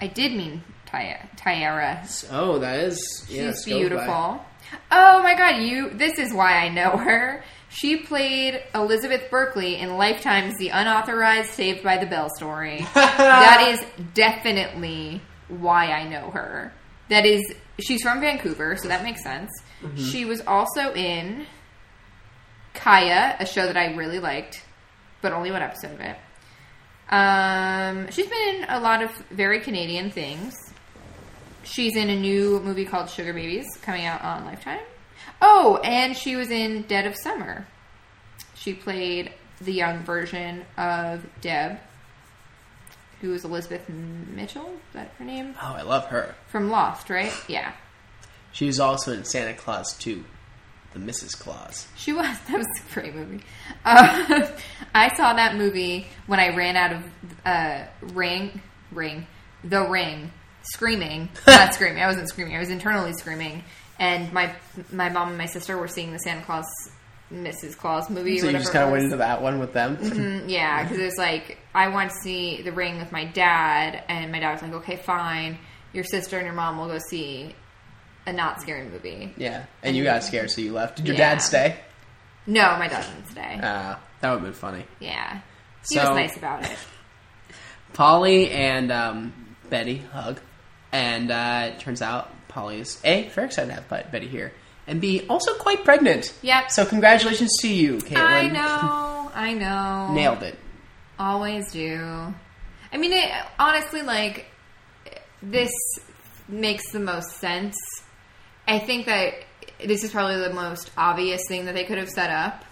I did mean Tiara. tiara.
Oh, that is yeah,
She's
Scobie.
beautiful. Oh my god, you! This is why I know her. She played Elizabeth Berkley in Lifetime's The Unauthorized Saved by the Bell story. that is definitely why I know her. That is, she's from Vancouver, so that makes sense. She was also in Kaya, a show that I really liked, but only one episode of it. Um, she's been in a lot of very Canadian things. She's in a new movie called Sugar Babies coming out on Lifetime. Oh, and she was in Dead of Summer. She played the young version of Deb, who was Elizabeth Mitchell. Is that her name?
Oh, I love her.
From Loft, right? Yeah.
She's also in Santa Claus 2. The Mrs. Claus.
She was. That was a great movie. Uh, I saw that movie when I ran out of uh, Ring, Ring, The Ring, screaming. Not screaming. I wasn't screaming. I was internally screaming. And my my mom and my sister were seeing the Santa Claus, Mrs. Claus movie.
So
or
you
whatever
just
it
kind of
was.
went into that one with them.
Mm, yeah, because it was like I want to see The Ring with my dad, and my dad was like, "Okay, fine. Your sister and your mom will go see a not scary movie."
yeah. And you got scared, so you left. Did your
Mm-hmm. Yeah.
dad stay?
No, my dad didn't today.
Uh, that would have been funny.
Yeah, he
So-
was nice about it.
Polly and um, Betty hug, and uh, it turns out Polly is a very excited to have Bet- Betty here, and b also quite pregnant.
Yep.
So congratulations to you, Caitlin.
I know, I know.
Nailed it.
Always do. I mean, it, honestly, like this makes the most sense. I think that this is probably the most obvious thing that they could have set up.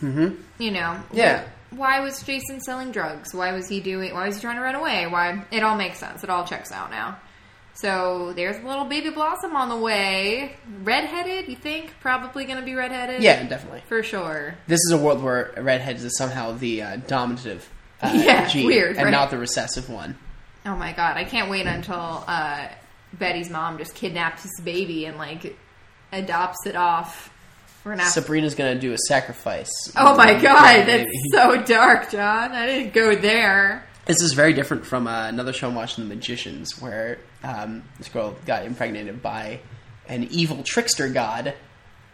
Mm-hmm. You know,
Yeah.
Why was Jason selling drugs? Why was he doing? Why was he trying to run away? Why? It all makes sense. It all checks out now. So there's a little baby blossom on the way. Redheaded, you think? Probably going to be redheaded.
Yeah, definitely.
for sure.
This is a world where redheads is somehow the uh, dominative uh,
Yeah,
gene,
weird,
and
right?
not the recessive one.
Oh my god, I can't wait until uh, Betty's mom just kidnaps this baby and like adopts it off. We're not.
Sabrina's gonna do a sacrifice.
oh my
Yeah,
god, that's
maybe.
so dark, John. I didn't go there.
This is very different from uh, another show I'm watching, The Magicians, where um, this girl got impregnated by an evil trickster god,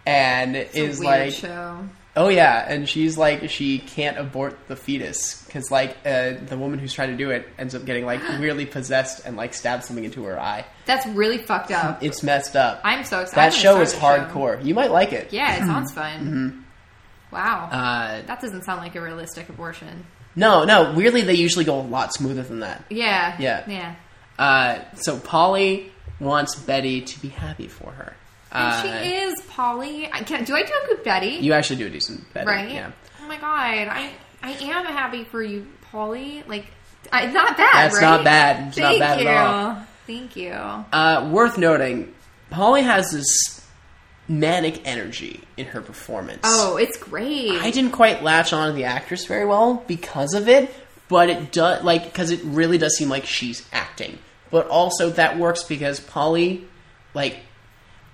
and is
Weird
like,
show.
oh yeah, and she's like, she can't abort the fetus because like uh, the woman who's trying to do it ends up getting like weirdly possessed and like stabs something into her eye.
That's really fucked up.
It's messed up.
I'm so excited.
that
I'm
show
gonna
is
start the show.
hardcore. You might like it.
Yeah, it sounds fun. Wow,
Uh,
that doesn't sound like a realistic abortion.
No, no. Weirdly, they usually go a lot smoother than that.
Yeah.
Yeah.
Yeah.
Uh, so Polly wants Betty to be happy for her. Uh,
And she is Polly. I can, do I do a good Betty?
You actually do a decent Betty.
right?
Yeah.
Oh my god, I I am happy for you, Polly. Like, I, it's not bad.
That's
right?
not bad. It's not
Thank
bad at
you.
all.
Thank you.
Uh, worth noting, Polly has this manic energy in her performance.
Oh, it's great.
I didn't quite latch on to the actress very well because of it, but it does like because it really does seem like she's acting. But also that works because Polly, like,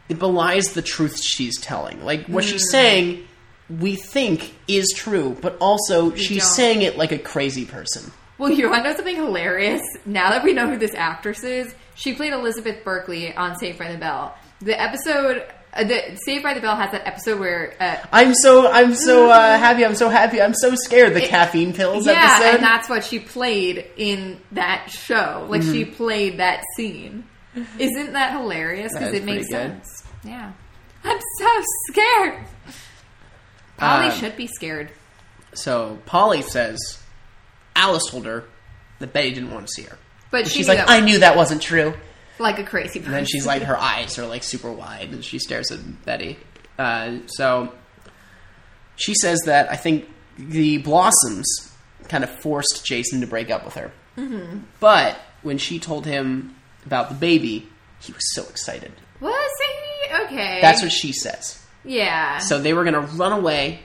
it belies the truth she's telling. Like what
Mm.
she's saying, we think is true, but also she's
don't.
saying it like a crazy person.
well, you want to know something hilarious? Now that we know who this actress is, she played Elizabeth Berkley on Saved by the Bell. The episode, uh, the Saved by the Bell has that episode where uh,
I'm so I'm so uh, happy. I'm so happy. I'm so scared. The caffeine pills
Mm. yeah,
episode.
and that's what she played in that show. Like she
Mm-hmm.
played that scene. Isn't that hilarious?
That
Because
is
it makes
pretty good.
sense. Yeah, I'm so scared. Polly
Um,
should be scared.
so Polly says, Alice told her that Betty didn't want to see her.
But
And
she
she's
knew
like,
it
I knew that wasn't true.
like a crazy person.
And then she's like, her eyes are like super wide, and she stares at Betty. Uh, so she says that I think the Blossoms kind of forced Jason to break up with her. But when she told him about the baby, he was so excited.
was he okay?
That's what she says.
yeah.
So they were going to run away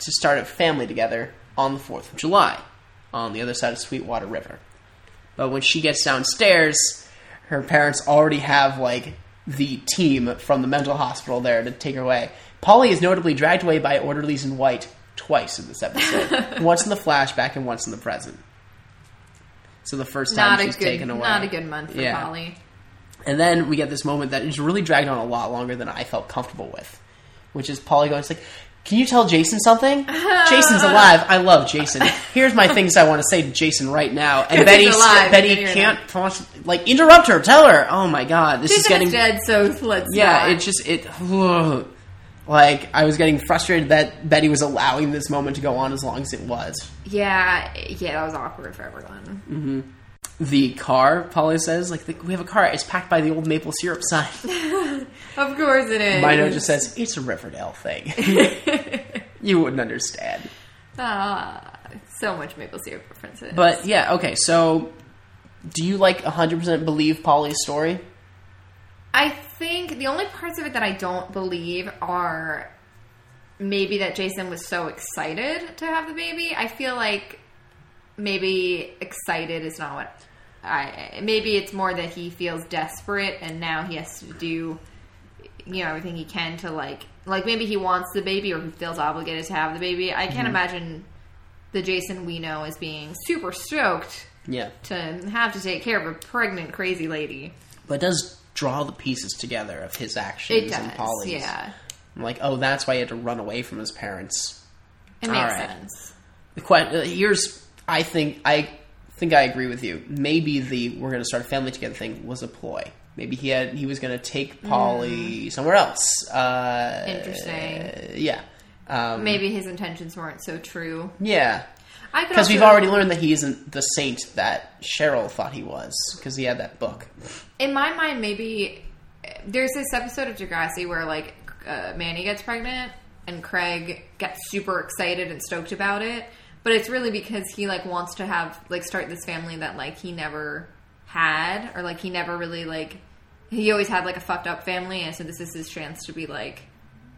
to start a family together on the 4th of July on the other side of Sweetwater River. But when she gets downstairs, her parents already have like the team from the mental hospital there to take her away. Polly is notably dragged away by orderlies in white twice in this episode. once in the flashback and once in the present. So the first time
not a
she's
good,
taken away.
not a good month for
Yeah.
Polly.
And then we get this moment that is really dragged on a lot longer than I felt comfortable with, which is Polly going, it's like, can you tell Jason something? Jason's alive. I love Jason. Here's my things I want to say to Jason right now. And
'Cause
Betty,
he's alive.
Betty
You can hear
can't pos- like interrupt her. Tell her. Oh my god, this
She's
is getting
dead, so let's
yeah.
not.
It just it like I was getting frustrated that Betty was allowing this moment to go on as long as it was.
yeah, yeah. That was awkward for everyone.
The car, Polly says, like "The- we have a car. It's packed by the old maple syrup sign.
Of course it is.
My note just says it's a Riverdale thing. you wouldn't understand.
Ah, so much maple syrup references.
But yeah, okay. So, do you like 100% believe Polly's story?
I think the only parts of it that I don't believe are maybe that Jason was so excited to have the baby. I feel like maybe excited is not what I. Maybe it's more that he feels desperate and now he has to do, you know, everything he can to like, like maybe he wants the baby or he feels obligated to have the baby. I can't imagine the Jason we know as being super stoked
Yeah.
to have to take care of a pregnant crazy lady.
But it does draw the pieces together of his actions
It
and
does,
Polly's.
yeah.
I'm like, oh, that's why he had to run away from his parents.
It
All
makes
right.
sense.
The que- uh, here's, I think, I think I agree with you. Maybe the we're going to start a family together thing was a ploy. Maybe he had he was going to take Polly
Mm.
somewhere else. Uh,
Interesting.
yeah. Um,
Maybe his intentions weren't so true.
yeah.
I could
Because we've
also-
already learned that he isn't the saint that Cheryl thought he was, because he had that book.
in my mind, maybe there's this episode of Degrassi where like uh, Manny gets pregnant and Craig gets super excited and stoked about it, but it's really because he like wants to have like start this family that like he never had or like he never really like he always had like a fucked up family, and so this is his chance to be like,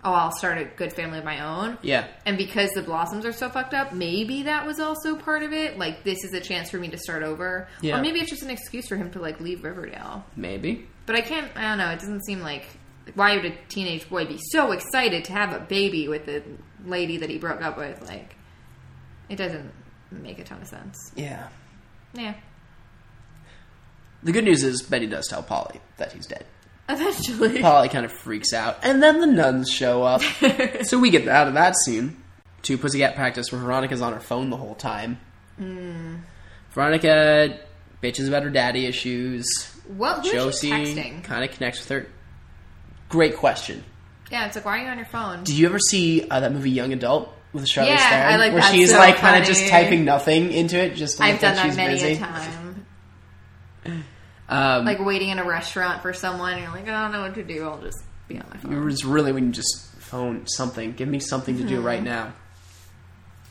oh, I'll start a good family of my own.
Yeah.
And because the blossoms are so fucked up, maybe that was also part of it. Like, this is a chance for me to start over.
Yeah.
Or maybe it's just an excuse for him to, like, leave Riverdale.
Maybe.
But I can't, I don't know, it doesn't seem like. Why would a teenage boy be so excited to have a baby with the lady that he broke up with? Like, it doesn't make a ton of sense.
Yeah.
Yeah.
The good news is Betty does tell Polly that he's dead.
Eventually.
Polly kind of freaks out, and then the nuns show up. so we get out of that scene to pussycat practice where Veronica's on her phone the whole time. Hmm. Veronica bitches about her daddy issues.
What who is she
Josie
texting?
kind of connects with her. Great question.
Yeah, it's like, why are you on your phone?
Did you ever see uh, that movie Young Adult? with Charlize
Yeah,
Theron,
I like
where
that.
she's
So
like kind of just
funny.
typing nothing into it. Just to
I've
look
done
like
that
she's
many
busy.
a time.
Um,
Like waiting in a restaurant for someone, and you're like, I don't know what to do. I'll just be on my phone.
It was really when you just phone something. Give me something to do
Mm-hmm.
right now.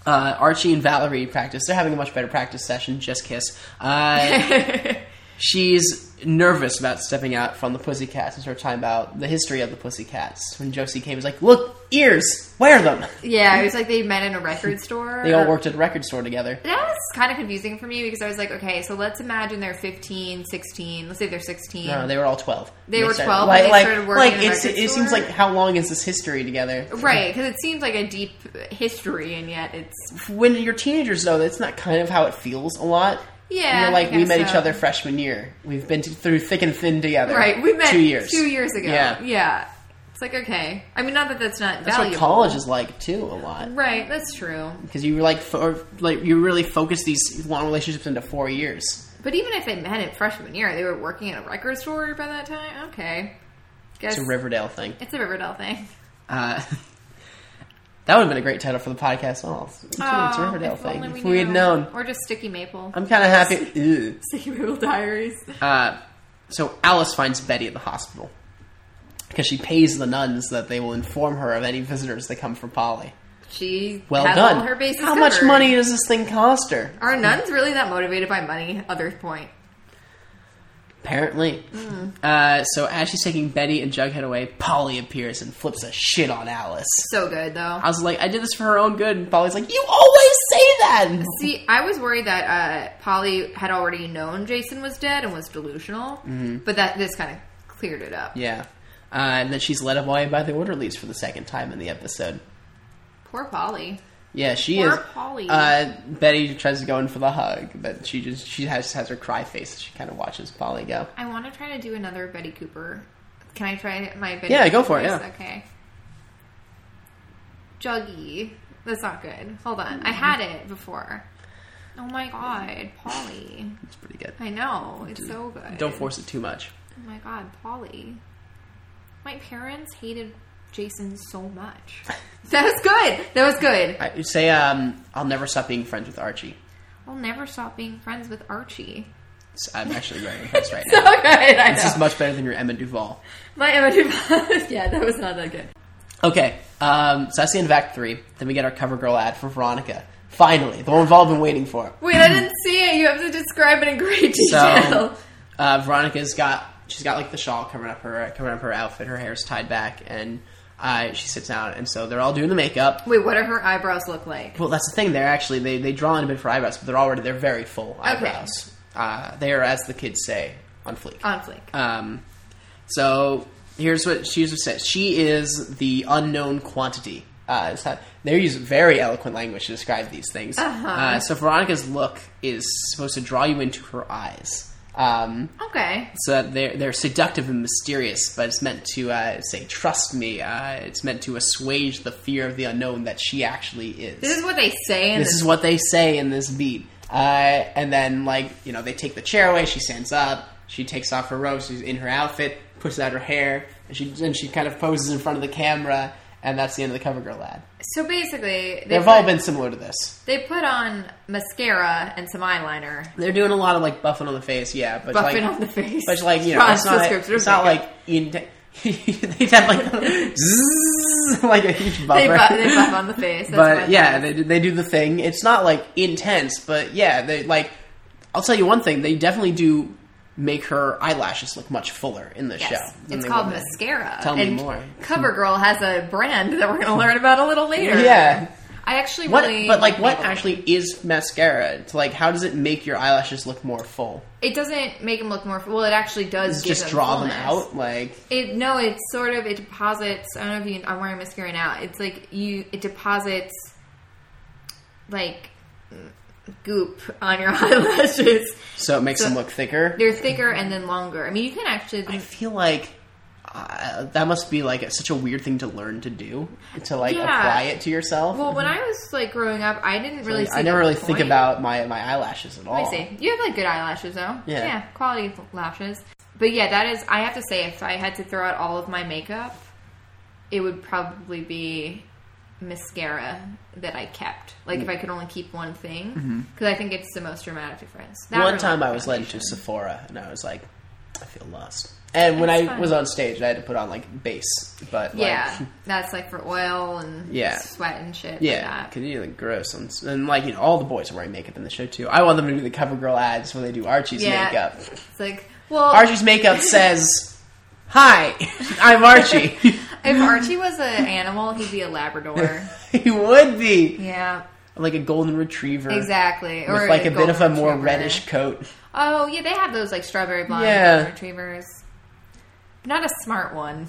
Uh, Archie and Valerie practice. They're having a much better practice session. Just kiss. Uh, she's nervous about stepping out from the Pussycats and starts talking about the history of the Pussycats. When Josie came, he's like, "Look, ears, wear them."
Yeah, it was like they met in a record store.
They all
or-
worked at a record store together.
That was kind of confusing for me because I was like, okay, so let's imagine they're 15, 16. Let's say they're 16.
No, they were all twelve.
They were
started-
12 when
Like,
they
like,
started working
like,
at a
it's,
record
it seems
store?
like how long is this history together?
right, because it seems like a deep history, and yet it's.
When you're teenagers, though, that's not kind of how it feels a lot.
Yeah.
And they're like,
I
we
guess
met each
so.
other freshman year. We've been t- through thick and thin together.
Right, we met
two years.
two years ago.
Yeah.
Yeah. It's like, okay. I mean, not that that's not
That's
valuable.
what college is like too, a lot
Right, that's true.
because you like fo- like you really focus these long relationships into four years.
But even if they met in freshman year, they were working in a record store by that time? Okay. Guess
It's a Riverdale thing.
it's a Riverdale thing.
Uh, that would have been a great title for the podcast. Oh, it's, it's a
Oh,
Riverdale
if
thing.
only
If we had
knew.
known,
Or just Sticky Maple.
I'm kind of happy. Ugh.
Sticky Maple Diaries.
Uh, so Alice finds Betty at the hospital because she pays the nuns that they will inform her of any visitors that come from Polly.
She
Well
has
done.
all her bases
How much
covered.
money does this thing cost her?
Are nuns really that motivated by money? Other point.
Apparently.
Mm.
Uh, so as she's taking Betty and Jughead away, Polly appears and flips a shit on Alice.
So good though.
I was like, I did this for her own good, and Polly's like, you always say that. And
See, I was worried that uh, Polly had already known Jason was dead and was delusional, but that this kind of cleared it up.
Mm-hmm. yeah. Uh, and then she's led away by the orderlies for the second time in the episode.
Poor Polly.
Yeah, she
Poor
is.
Polly.
Uh, Betty tries to go in for the hug, but she just she has has her cry face. She kind of watches Polly go.
I want to try to do another Betty Cooper. Can I try my Betty?
Yeah, go
Cooper
for it,
voice?
yeah.
Okay. Juggy, that's not good. Hold on, I had it before. Oh my god, Polly.
It's pretty good.
I know it's so good.
Don't force it too much.
Oh my god, Polly. My parents hated Jason so much. That was good. That was good.
I, say, um, I'll never stop being friends with Archie.
I'll never stop being friends with Archie.
So I'm actually very impressed right
So
now.
good. I know.
This is much better than your Emma Duval.
My image. yeah, that was not that good.
Okay, um, so that's the end of Act 3. Then we get our cover girl ad for Veronica. Finally, the one we've all been waiting for.
Wait, I didn't see it. You have to describe it in great detail.
So uh, Veronica's got she's got like the shawl covering up her covering up her outfit. Her hair's tied back, and uh, she sits down. And so they're all doing the makeup.
Wait, what do her eyebrows look like?
Well, that's the thing. They're actually they they draw in a bit for eyebrows, but they're already they're very full eyebrows. Uh, they are, as the kids say, on fleek.
On fleek.
Um, so here's what she says. She is the unknown quantity. Uh, it's not, they use very eloquent language to describe these things.
Uh-huh.
Uh, so Veronica's look is supposed to draw you into her eyes. Um,
Okay.
so that they're they're seductive and mysterious, but it's meant to uh, say trust me. Uh, it's meant to assuage the fear of the unknown that she actually is
This is what they say in
this is what they say in this beat. Uh, and then, like, you know, they take the chair away. She stands up. She takes off her robe. She's in her outfit, pushes out her hair, and she and she kind of poses in front of the camera. And that's the end of the cover girl ad.
So basically, they
They've
put,
all been similar to this.
they put on mascara and some eyeliner.
They're doing a lot of like buffing on the face, yeah, but
Buffing
like,
on the face.
but like you know,
Ron
it's not,
Siskov's
it's not
makeup.
like in. they have like zzz, like a huge buffer.
They buff, they buff on the face. That's what I
but yeah,
thought.
they do, they do the thing. It's not like intense, but yeah, they like. I'll tell you one thing: they definitely do make her eyelashes look much fuller in the
Yes.
show. than
It's
they
called
would then.
mascara.
Tell me
and
more.
CoverGirl has a brand that we're going to learn about a little later.
Yeah.
I actually
What,
really.
but like, what
Maybelline.
actually is mascara? It's like, how does it make your eyelashes look more full?
It doesn't make them look more. Well, it actually does.
Does it
give
just
them
draw them
fullness.
out? Like,
It no, it's sort of it deposits. I don't know if you. I'm wearing mascara now. It's like you. It deposits like goop on your eyelashes.
so it makes them look thicker.
They're thicker and then longer. I mean, you can actually.
I feel like uh, that must be like such a weird thing to learn to do to like
Yeah.
apply it to yourself.
well, when I was like growing up, I didn't really.
Like,
see
I never
the
really
point.
think about my my eyelashes at all.
I see. You have like good eyelashes though.
Yeah.
quality lashes. But yeah, that is. I have to say, if I had to throw out all of my makeup, it would probably be mascara that I kept. Like
Mm.
if I could only keep one thing, because I think it's the most dramatic difference. That
Mm-hmm. One
or,
time
like,
I was led into
foundation.
Sephora and I was like, I feel lost. And when I
fine.
was on stage, I had to put on like base, but
Yeah,
like,
that's like for oil and
Yeah.
sweat and shit.
yeah,
Yeah, like that.
because you look gross and, and like you know all the boys are wearing makeup in the show too. I want them to do the CoverGirl ads when they do Archie's
yeah.
makeup.
It's like well,
Archie's makeup says, "Hi, I'm Archie."
if Archie was an animal, he'd be a Labrador.
he would be
yeah,
like a golden retriever,
exactly.
with like a, bit of a
golden
more
retriever.
reddish coat.
Oh yeah, they have those like strawberry blonde
Yeah.
golden retrievers. Not a smart one.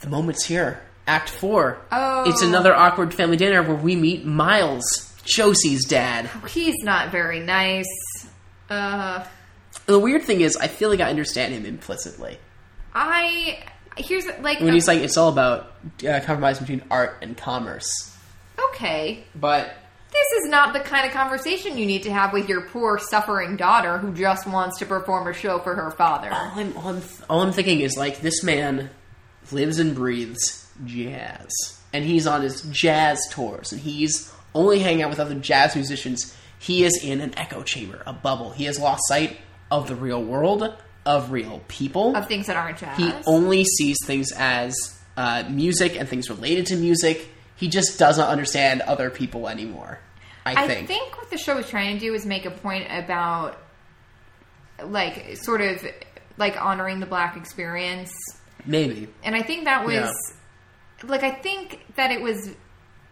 The moment's here. Act four.
Oh.
It's another awkward family dinner where we meet Miles, Josie's dad.
He's not very nice. Uh,
And the weird thing is, I feel like I understand him implicitly.
I here's like
When he's like, it's all about uh, compromise between art and commerce.
okay,
But
this is not the kind of conversation you need to have with your poor suffering daughter who just wants to perform a show for her father.
all I'm, all I'm, all I'm thinking is, like, this man lives and breathes jazz. And he's on his jazz tours, and he's only hanging out with other jazz musicians. He is in an echo chamber, a bubble. He has lost sight of the real world, of real people.
Of things that aren't jazz.
He only sees things as uh, music and things related to music. He just doesn't understand other people anymore. I,
I
think.
think. what the show was trying to do is make a point about, like, sort of like honoring the black experience,
maybe
and I think that was, like, I think that it was.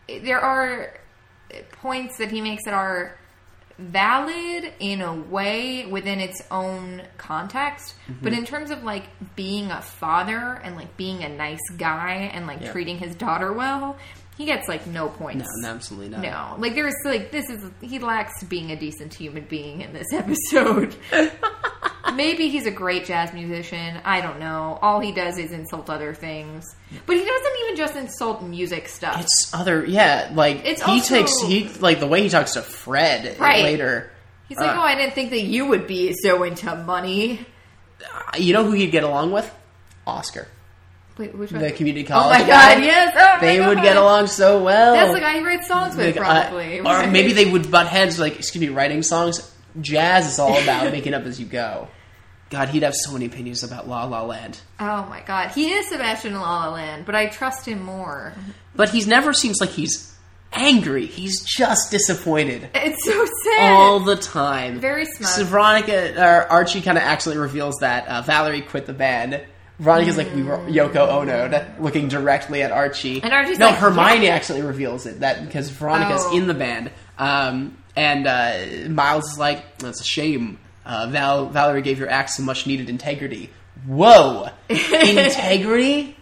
There are points that he makes that are valid in a way within its own context
Mm-hmm.
but in terms of like being a father and like being a nice guy and like
Yeah.
treating his daughter well he gets like no points
no, no, absolutely not.
no, like there's like this is he lacks being a decent human being in this episode. Maybe he's a great jazz musician. I don't know. All he does is insult other things, but he doesn't even just insult music stuff.
It's other, yeah. Like
It's
he
also-
takes he like the way he talks to Fred
Right.
later.
he's like,
uh,
oh, I didn't think that you would be so into money.
uh, You know who he'd get along with? Oscar,
Wait, which one?
the community
oh
college.
my
guy.
god, yes, oh my
They would
God.
get along so well.
That's the guy he writes songs with,
Like, oh, I-
probably.
uh, or maybe they would butt heads. Like, excuse me, writing songs. Jazz is all about making up as you go. God, he'd have so many opinions about La La Land.
Oh my god, he is Sebastian in La La Land, but I trust him more.
But he's never seems like he's angry. He's just disappointed
It's so sad.
all the time.
Very smug.
So Veronica or Archie kind of accidentally reveals that uh, Valerie quit the band. Veronica's like we were Yoko Ono, looking directly at Archie.
And Archie's
no,
like,
Hermione actually reveals it that because Veronica's
Oh.
in the band. Um, and uh, Miles is like, "That's a shame. Uh, Val- Valerie gave your act some much needed integrity. Whoa, integrity."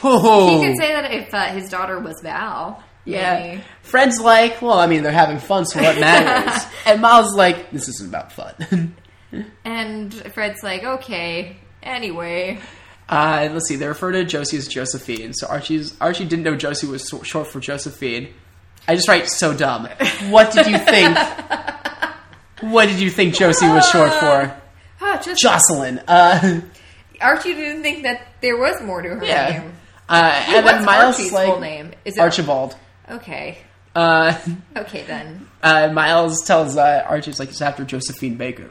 Whoa.
You can say that if uh, his daughter was Val.
Yeah.
maybe.
Fred's like, well, I mean, they're having fun, so what matters? and Miles is like, this isn't about fun.
And Fred's like, okay, anyway.
uh, let's see, they refer to Josie as Josephine. So Archie's, Archie didn't know Josie was so- short for Josephine. I just write, so dumb. What did you think? what did you think Josie was short for?
Oh, just
Jocelyn. Uh,
Archie didn't think that there was more to her
yeah.
name.
Uh, and then
What's
Miles
Archie's
is like,
full name? Is it
Archibald.
Okay.
Uh,
Okay then.
uh, Miles tells uh, Archie, it's like, it's after Josephine Baker.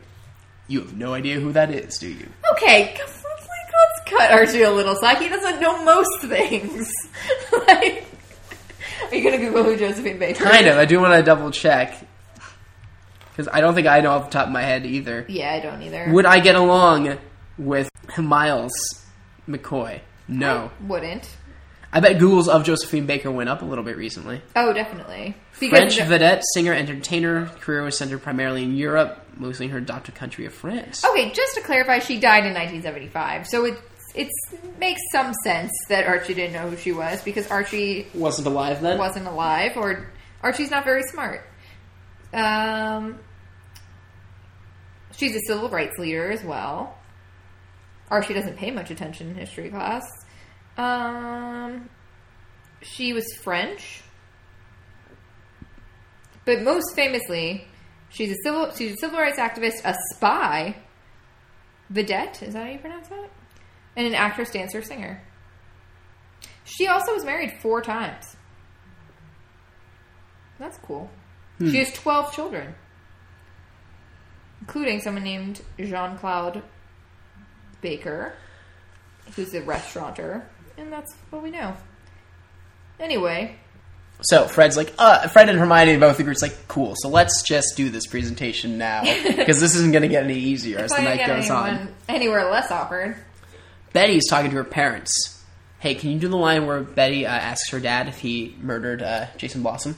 You have no idea who that is, do you?
Okay, c- like, let's cut Archie a little slack. He doesn't know most things. like, are you gonna Google who Josephine Baker?
Kind of. I do want to double check because I don't think I know off the top of my head either.
Yeah, I don't either.
Would I get along with Miles McCoy? No.
Wouldn't.
I bet Google's of Josephine Baker went up a little bit recently.
Oh, definitely.
French
the-
vedette, singer, entertainer. Career was centered primarily in Europe, mostly in her adopted country of France.
Okay, just to clarify, she died in 1975, so it it's makes some sense that Archie didn't know who she was because Archie
Wasn't alive then.
wasn't alive, or Archie's not very smart. Um, she's a civil rights leader as well. Archie doesn't pay much attention in history class. Um, she was French, but most famously, she's a civil she's a civil rights activist, a spy, vedette. Is that how you pronounce that? And an actress, dancer, singer. She also was married four times. That's cool.
Hmm.
She has 12 children, including someone named Jean Claude Baker, who's a restaurateur, and that's what we know. Anyway,
So Fred's like, uh, Fred and Hermione both agree. It's like, cool. So let's just do this presentation now because this isn't going to get any easier as the
why
night
get
goes on.
anyone anywhere less awkward?
Betty's talking to her parents. Hey, can you do the line where Betty uh, asks her dad if he murdered uh, Jason Blossom?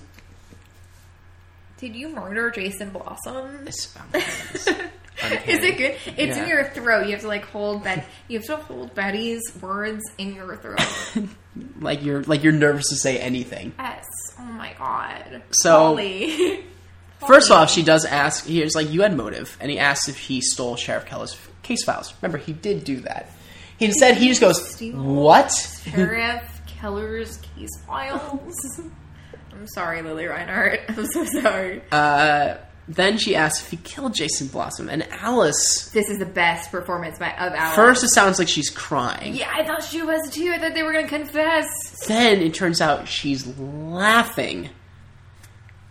Did you murder Jason Blossom?
It's-
Is it good? It's
Yeah.
in your throat. You have to like hold that. You have to hold Betty's words in your throat.
like you're like you're nervous to say anything.
yes. Oh my god.
So-
Holy.
First off, she does ask. He's like, "You had motive," and he asks if he stole Sheriff Keller's case files. Remember, he did do that. He instead he just goes,
Steal?
"What?"
Sheriff Keller's case files. I'm sorry, Lily Reinhardt. I'm so sorry.
Uh, Then she asks if he killed Jason Blossom, and Alice.
this is the best performance by, of Alice.
First, it sounds like she's crying.
yeah, I thought she was too. I thought they were gonna confess.
Then it turns out she's laughing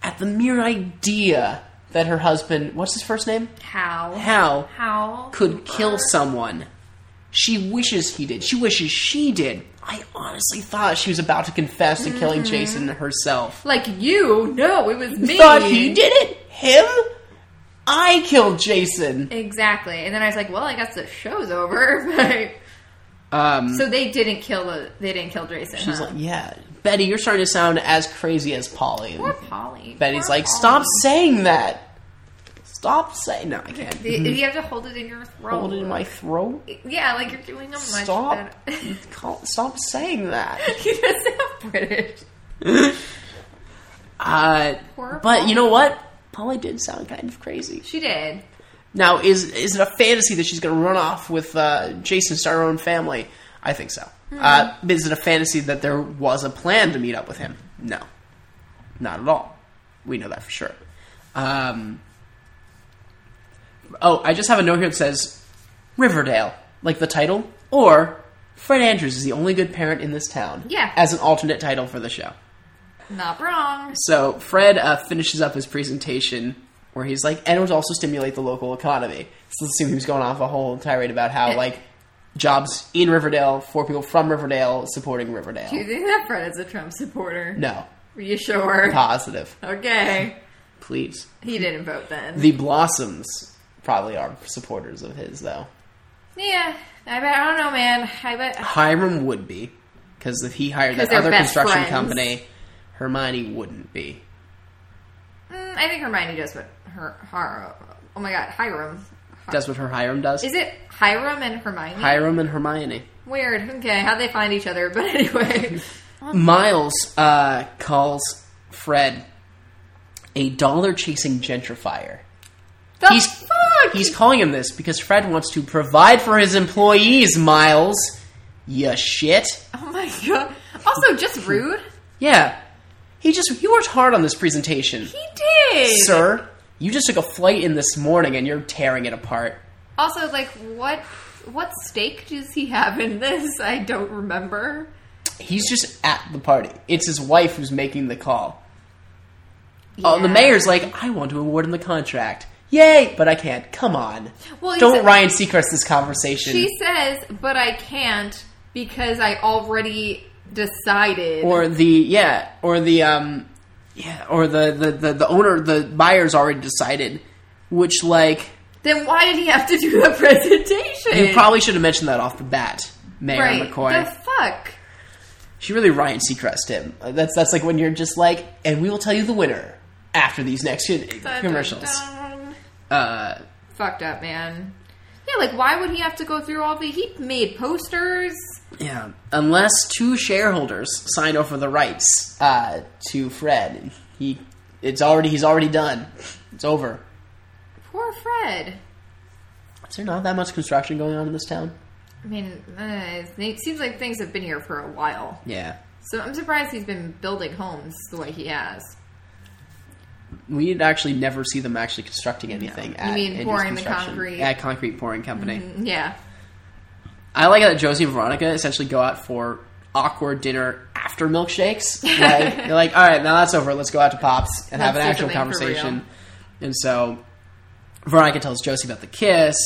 at the mere idea that her husband, what's his first name?
How?
Hal,
How?
could kill someone. She wishes he did. She wishes she did. I honestly thought she was about to confess to killing Jason herself.
Like you? No, it was me.
Thought he did it? Him? I killed Jason.
Exactly. And then I was like, well, I guess the show's over. But
Um,
so they didn't kill the they didn't kill Jason.
she's
huh?
like, yeah, Betty, you're starting to sound as crazy as Polly.
Poor
And
Polly.
Betty's
Poor
like,
Polly.
stop saying that. Stop saying. No, I can't.
The- You have to hold it in your throat.
Hold it in my throat.
Yeah, like you're doing a much
Stop.
better.
Call- Stop saying that.
you just sound British.
Uh,
Poor
but you
Polly.
know what? Polly did sound kind of crazy.
She did.
Now, is is it a fantasy that she's going to run off with uh, Jason, start her own family? I think so. Uh, is it a fantasy that there was a plan to meet up with him? No, not at all. We know that for sure. Um, oh, I just have a note here that says Riverdale, like the title, or Fred Andrews is the only good parent in this town.
Yeah.
as an alternate title for the show.
Not wrong.
So Fred uh, finishes up his presentation where he's like, and it would also stimulate the local economy. So let's assume he was going off a whole tirade about how like jobs in Riverdale for people from Riverdale supporting
Do you
Riverdale.
think that Fred is a Trump supporter?
No,
Are you sure?
positive,
Okay.
please.
He didn't vote then.
The Blossoms probably are supporters of his though.
yeah. I bet. I don't know, man. I bet.
Hiram would be because if he hired
'Cause
that
they're
other
best
construction
friends.
company, Hermione wouldn't be.
Mm, I think Hermione does what her, her. Oh my god, Hiram.
That's what her Hiram does.
Is it Hiram and Hermione?
Hiram and Hermione.
Weird. Okay, how they find each other, but anyway.
Miles uh, calls Fred a dollar chasing gentrifier.
The
He's
fuck?
he's calling him this because Fred wants to provide for his employees. Miles, you shit.
oh my god. Also, just rude.
Yeah, he just he worked hard on this presentation,
He did.
sir. You just took a flight in this morning and you're tearing it apart.
Also, like, what what stake does he have in this? I don't remember.
He's just at the party. It's his wife who's making the call. Oh, the
Yeah.
mayor's like, I want to award him the contract. Yay! But I can't. Come on.
Well, he
Don't
said-
Ryan Seacrest this conversation.
She says, but I can't because I already decided.
or the yeah, or the um, yeah, or the the the, the owner, the buyer's already decided. Which like
then why did he have to do the presentation?
you probably should have mentioned that off the bat, Mayor
Mm. right.
McCoy.
The fuck.
she really Ryan Seacrest him. Uh, That's that's like when you're just like, and we will tell you the winner after these next few
Dun,
commercials.
dun, dun.
Uh,
Fucked up, man. Yeah, like why would he have to go through all the? He made posters.
yeah, unless two shareholders sign over the rights uh, to Fred, he it's already he's already done. It's over.
Poor Fred.
Is there not that much construction going on in this town?
I mean, uh, it seems like things have been here for a while.
Yeah.
So I'm surprised he's been building homes the way he has.
We would actually never see them actually constructing anything. at
mean
Andrews
pouring the
Construction,
concrete.
At Concrete Pouring Company.
Yeah.
I like that Josie and Veronica essentially go out for awkward dinner after milkshakes. Like, they're like, all right, now that's over. Let's go out to Pops and have an
Let's do
actual
something for
conversation. And so Veronica tells Josie about the kiss.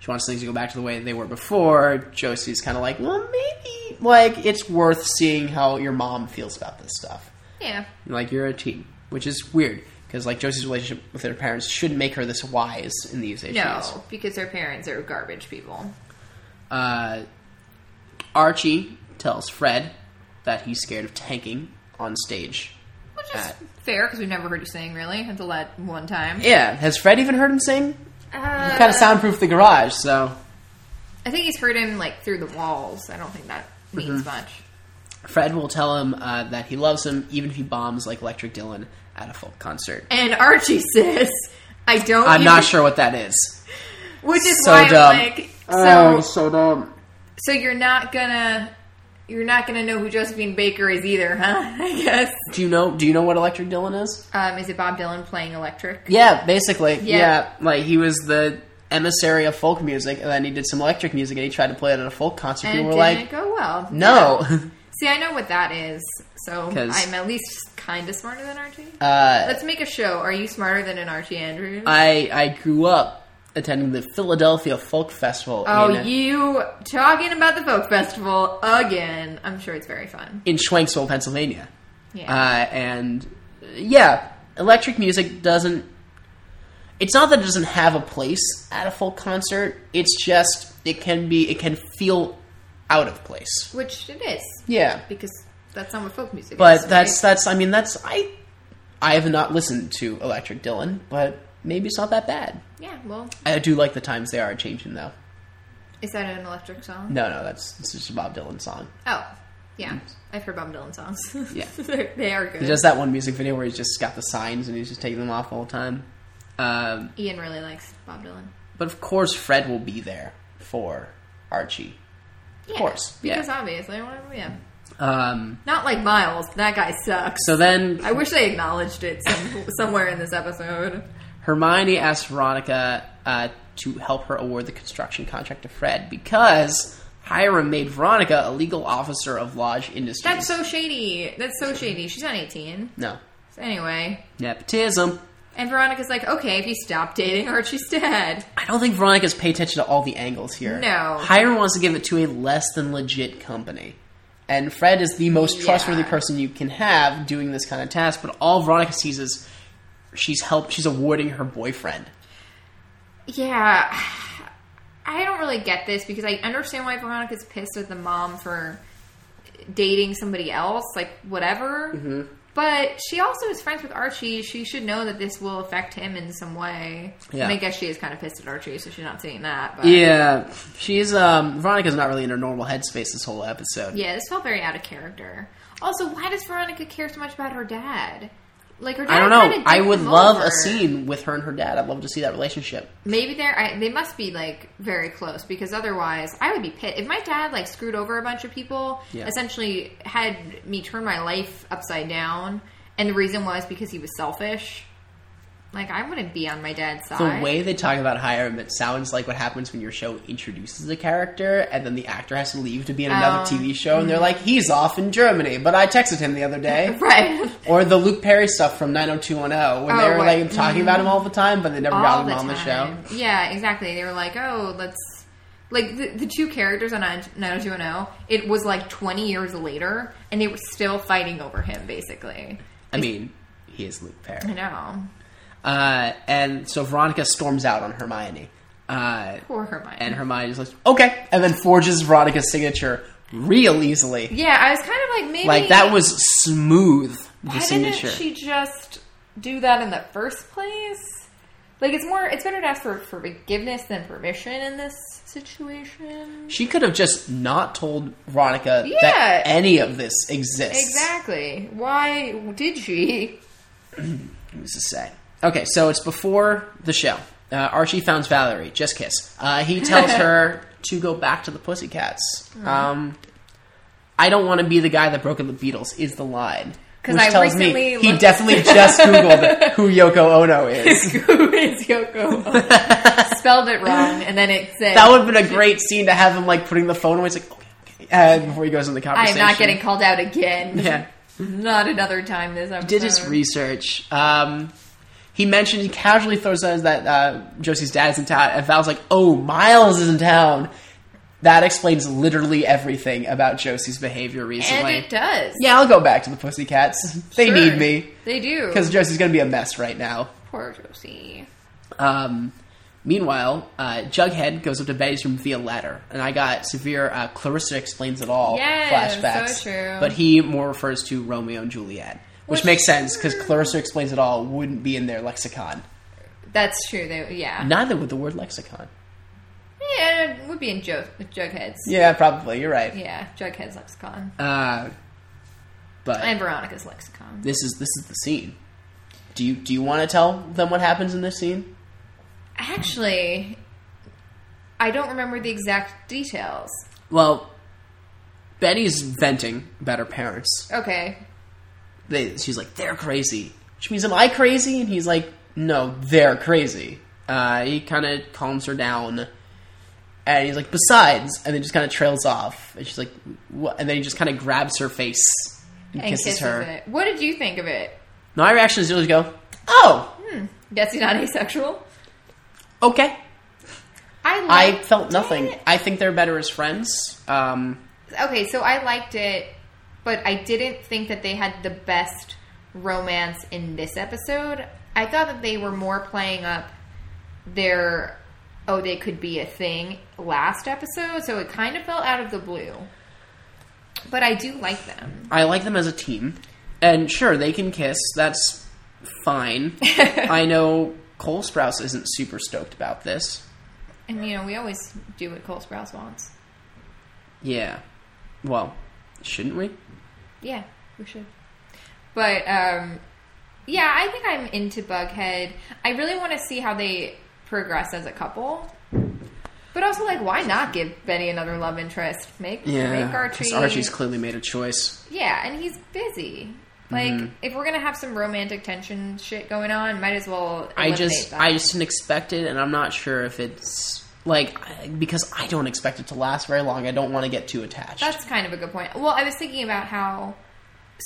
She wants things to go back to the way they were before. Josie's kind of like, well, maybe like it's worth seeing how your mom feels about this stuff.
Yeah.
Like you're a teen, which is weird because like Josie's relationship with her parents shouldn't make her this wise in these issues.
No, because their parents are garbage people.
Uh, Archie tells Fred that he's scared of tanking on stage.
Which is
Uh,
fair because we've never heard you sing really until that one time.
Yeah, has Fred even heard him sing?
Uh,
Kind of soundproof the garage, so
I think he's heard him like through the walls. I don't think that means much.
Fred will tell him uh, that he loves him even if he bombs like Electric Dylan at a folk concert.
And Archie says, "I don't."
I'm
even-
not sure what that is.
Which is
So
why
dumb.
I'm like, so
Oh, so dumb.
so you're not gonna you're not gonna know who Josephine Baker is either, huh? I guess.
Do you know? Do you know what Electric Dylan is?
Um, is it Bob Dylan playing electric?
Yeah, basically.
Yeah.
Yeah. like he was the emissary of folk music, and then he did some electric music, and he tried to play it at a folk concert.
And
People
didn't
were like,
go well.
"No."
See, I know what that is, so
'Cause-
I'm at least kind of smarter than Archie.
uh,
Let's make a show. Are you smarter than an Archie Andrews?
I I grew up attending the Philadelphia Folk Festival
oh,
in,
you talking about the folk festival again? I'm sure it's very fun.
in Schwanksville, Pennsylvania.
Yeah.
Uh, and uh, yeah, electric music doesn't. It's not that it doesn't have a place at a folk concert. It's just it can be it can feel out of place.
Which it is
Yeah,
because that's not what folk music is.
but
right?
that's that's I mean that's I I have not listened to Electric Dylan, but maybe it's not that bad.
yeah. Well,
I do like the times they are changing though.
is that an electric song?
No, no, that's it's just a Bob Dylan song.
Oh, yeah. I've heard Bob Dylan songs.
Yeah.
They're- they are good.
He does that one music video where he's just got the signs and he's just taking them off all the time. Um,
Ian really likes Bob Dylan.
but of course, Fred will be there for Archie.
Yeah,
course, yeah.
Because obviously, whatever, yeah.
Um,
Not like Miles. That guy sucks.
so then
I wish they acknowledged it some, somewhere in this episode.
Hermione asks Veronica uh, to help her award the construction contract to Fred because Hiram made Veronica a legal officer of Lodge Industries.
That's so shady. That's so shady. She's not 18.
no
So anyway.
nepotism.
And Veronica's like, okay, if you stop dating Archie's dad.
I don't think Veronica's pay attention to all the angles here.
No.
Hiram wants to give it to a less than legit company. And Fred is the most trustworthy
Yeah.
person you can have doing this kind of task, but all Veronica sees is she's help she's awarding her boyfriend.
Yeah. I don't really get this because I understand why Veronica's pissed at the mom for dating somebody else, like whatever. But she also is friends with Archie. She should know that this will affect him in some way.
Yeah.
And I guess she is kind of pissed at Archie, so she's not saying that. But
Yeah. She's um Veronica's not really in her normal headspace this whole episode.
Yeah, this felt very out of character. Also, why does Veronica care so much about her dad? Like her dad.
I don't know.
kinda
I
did
would
him
love
over.
a scene with her and her dad. I'd love to see that relationship.
Maybe they're I, they must be like very close because otherwise I would be pissed if my dad like screwed over a bunch of people.
Yeah.
Essentially, had me turn my life upside down, and the reason was because he was selfish. Like I wouldn't be on my dad's
The
side.
way they talk about Hiram, it sounds like what happens when your show introduces a character and then the actor has to leave to be in another
Oh.
TV show, and they're like, he's off in Germany, but I texted him the other day.
right.
or the Luke Perry stuff from 90210, when
Oh,
they were
right. Mm-hmm.
like talking about him all the time, but they never
all
got him
the
on the show.
time. Yeah, exactly. They were like, oh, let's. Like the, the two characters on 90210, it was like 20 years later, and they were still fighting over him, basically.
I mean, he is Luke
I
Perry.
know.
Uh, and so Veronica storms out on Hermione. Uh,
Poor Hermione.
and Hermione's like, okay, and then forges Veronica's signature real easily.
yeah, I was kind of like, maybe.
Like that was smooth. The
Why
signature.
didn't she just do that in the first place? Like, it's more. It's better to ask for, for forgiveness than permission in this situation.
She could have just not told Veronica
Yeah.
that any of this exists.
Exactly. Why did she?
Who's to say? Okay, so it's before the show. Uh, Archie founds Valerie. Just kiss. Uh, he tells her to go back to the Pussycats.
Oh.
Um, I don't want to be the guy that broke up the Beatles. Is the line?
'Cause
Which
I
tells
recently
me he
looked-
definitely just googled who Yoko Ono is.
Who is Yoko Ono? Spelled it wrong, and then it said
That would have been a great scene to have him like putting the phone away. It's like okay, okay, uh, before he goes in the
I am
conversation.
not getting called out again.
Yeah.
Not another time this episode.
did his research. Um, he mentioned he casually throws out that uh, Josie's dad is in town, and Val's like, "Oh, Miles is in town." That explains literally everything about Josie's behavior
And
recently.
it does.
yeah, I'll go back to the Pussycats. They
Sure.
need me
They do.
because Josie's going to be a mess right now.
poor Josie.
Um, meanwhile, uh, Jughead goes up to Betty's room via ladder, and I got severe uh, Clarissa explains it all
Yes,
flashbacks.
so true.
But he more refers to Romeo and Juliet, which
Which- Hmm.
makes sense because Clarissa explains it all wouldn't be in their lexicon.
That's true. They, yeah.
Neither would the word lexicon.
Yeah, it would be in jo- Jughead's.
Yeah, probably. You're right.
Yeah, Jughead's lexicon.
Uh, but
and Veronica's lexicon.
this is this is the scene. Do you do you want to tell them what happens in this scene?
Actually, I don't remember the exact details.
Well, Betty's venting about her parents
Okay.
they, she's like, they're crazy. Which means, am I crazy? And he's like, no, they're crazy. Uh, he kind of calms her down. And he's like, besides. And then just kind of trails off. And she's like, what? And then he just kind of grabs her face and,
And
kisses, her.
It. What did you think of it?
My reaction is to go, oh,
Guess he's not asexual?
okay.
I
I
liked
felt nothing.
it.
I think they're better as friends. Um,
Okay, so I liked it, but I didn't think that they had the best romance in this episode. I thought that they were more playing up their oh they could be a thing last episode, so it kind of fell out of the blue. But I do like them.
I like them as a team. And sure, they can kiss. That's fine. I know Cole Sprouse isn't super stoked about this.
And you know, we always do what Cole Sprouse wants.
Yeah. Well, shouldn't we?
Yeah, we should. But um, yeah, I think I'm into Bughead. I really want to see how they progress as a couple. But also, like, why not give Betty another love interest? Make make Archie.
Because Archie's clearly made a choice.
yeah, and he's busy.
Mm-hmm.
Like, if we're gonna have some romantic tension shit going on, might as well.
I
eliminate
just,
that.
I just didn't expect it, and I'm not sure if it's like I- because I don't expect it to last very long. I don't want to get too attached.
That's kind of a good point. Well, I was thinking about how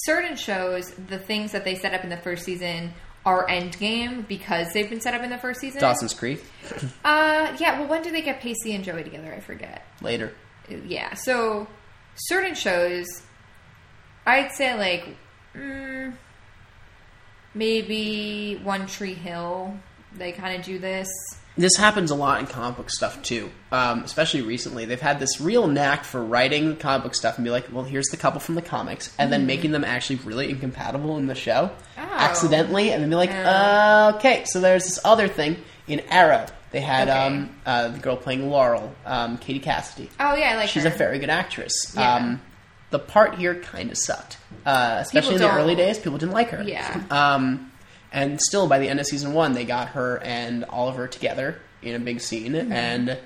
certain shows, the things that they set up in the first season are endgame because they've been set up in the first season.
Dawson's Creek
Uh, yeah. Well, when do they get Pacey and Joey together? I forget.
later.
Yeah. So certain shows, I'd say like mm, maybe One Tree Hill. They kind of do this.
This happens a lot in comic book stuff too, um, especially recently. They've had this real knack for writing comic book stuff and be like, "Well, here's the couple from the comics," and then making them actually really incompatible in the show
Hmm. Oh.
accidentally, and then be like,
Yeah.
uh, "Okay, so there's this other thing in Arrow. They had
Okay.
um, uh, the girl playing Laurel, um, Katie Cassidy.
Oh yeah, I like
She's
her.
a very good actress.
Yeah.
Um, the part here kind of sucked, uh, especially in the
People don't-
early days. People didn't like her.
Yeah.
Um, and still, by the end of season one, they got her and Oliver together in a big scene,
Mm-hmm.
and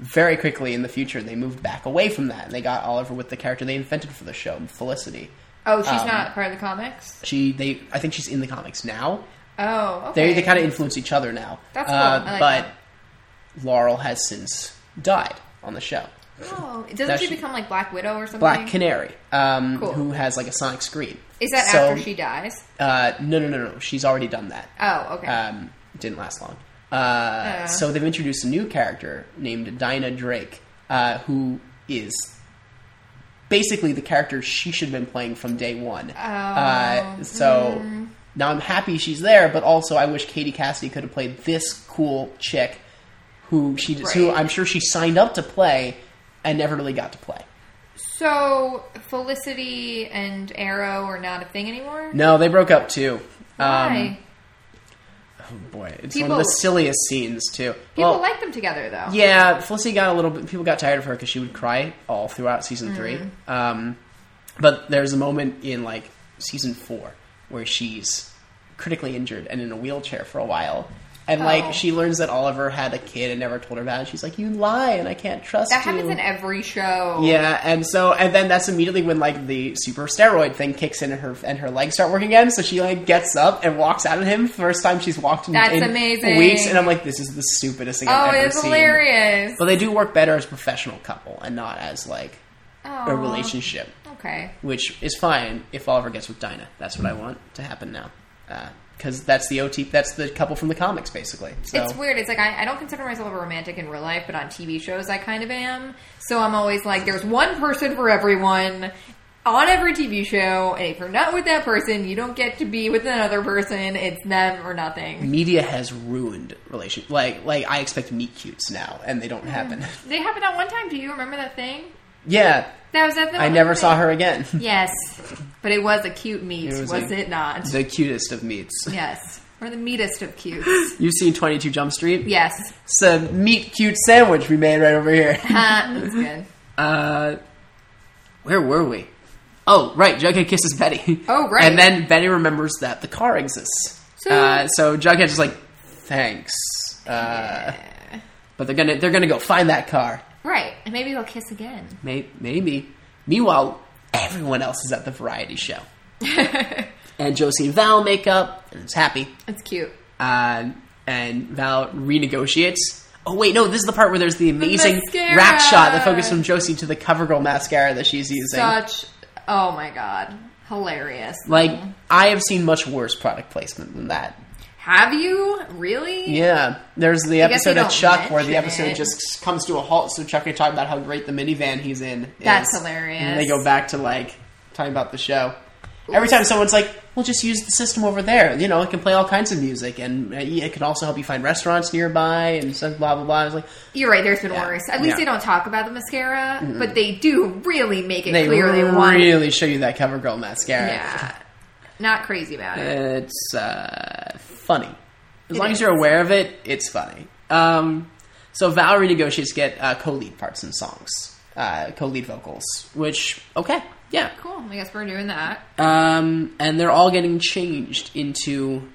very quickly in the future, they moved back away from that. They got Oliver with the character they invented for the show, Felicity.
Oh, she's
um,
not part of the comics.
She, they, I think she's in the comics now.
Oh, okay.
They, they kind of influence each other now. Uh,
That's cool. I like
but
that.
Laurel has since died on the show.
Oh, doesn't
That
she
she-
become like Black Widow or something?
Black Canary, um,
Cool.
who has like a sonic scream.
Is that
So,
after she dies?
Uh, no, no, no, no. She's already done that.
Oh, okay.
Um, didn't last long. Uh, so they've introduced a new character named Dinah Drake, uh, who is basically the character she should have been playing from day one. Uh,
Oh,
so
hmm.
now I'm happy she's there, but also I wish Katie Cassidy could have played this cool chick who she who
Right.
I'm sure she signed up to play and never really got to play.
so Felicity and Arrow are not a thing anymore.
No, they broke up too. Um,
Why?
Oh boy, it's one
People-
of the silliest scenes too.
People
Well,
like them together though.
yeah, Felicity got a little bit. People got tired of her because she would cry all throughout season three.
Mm.
Um, but there's a moment in like season four where she's critically injured and in a wheelchair for a while. And
Oh.
like she learns that Oliver had a kid and never told her about it. She's like, "You lie, and I can't trust
That
you."
happens in every show.
Yeah, and so and then that's immediately when like the super steroid thing kicks in and her and her legs start working again. So she like gets up and walks out at him. First time she's walked in,
That's
in
amazing.
weeks, and I'm like, this is the stupidest thing
Oh,
I've ever
it's
seen.
hilarious.
But they do work better as a professional couple and not as like a
Aw.
relationship,
Okay.
which is fine if Oliver gets with Dinah. That's what I want to happen now, because that's the OT. That's the couple from the comics, basically. So
It's weird. It's like I, I don't consider myself a romantic in real life, but on TV shows I kind of am. So I'm always like, there's one person for everyone on every TV show, and if you're not with that person, you don't get to be with another person. It's them or nothing.
media has ruined relation. Like like I expect meet cutes now, and they don't happen.
They happened at one time. Do you remember that thing?
yeah,
That was that. the
I
one
never
thing.
saw her again.
Yes, but it was a cute meet,
It was
was,
a-
it not?
the cutest of meets.
yes, or the meatest of cutes.
You've seen Twenty Two Jump Street.
yes,
It's a meet cute sandwich we made right over here.
uh, that's good.
Uh, where were we? Oh, right. Jughead kisses Betty.
Oh, right.
And then Betty remembers that the car exists. So,
So-
uh, so Jughead's just like, thanks. Uh, But they're gonna they're gonna go find that car.
Right, and maybe they'll kiss again.
May- Maybe. Meanwhile, everyone else is at the variety show. and Josie and Val make up and it's happy.
It's cute.
Uh, and Val renegotiates. Oh wait, no, this is the part where there's the amazing
mascara.
rap shot that focuses from Josie to the CoverGirl mascara that she's using.
Such. Oh my god, hilarious.
Like I have seen much worse product placement than that.
Have you really?
Yeah, there's the
guess they
episode of
don't
Chuck where the
mention
episode
it.
just comes to a halt. So Chuck can talk about how great the minivan he's in. Is,
That's hilarious.
And they go back to like talking about the show. Every time someone's like, "We'll just use the system over there. You know, it can play all kinds of music, and uh, it can also help you find restaurants nearby and stuff." Blah blah blah. I was like,
You're right. There's been worse. At least
Yeah.
they don't talk about the mascara, but they do really make it
they
clear they want. it.
really show you that CoverGirl mascara.
Yeah, not crazy about it.
It's uh, funny. As
It
long as
is.
you're aware of it, it's funny. Um, so Valerie negotiates to get uh, co-lead parts in songs, uh, co-lead vocals, which okay, yeah.
Cool. I guess we're doing that.
Um, and they're all getting changed into,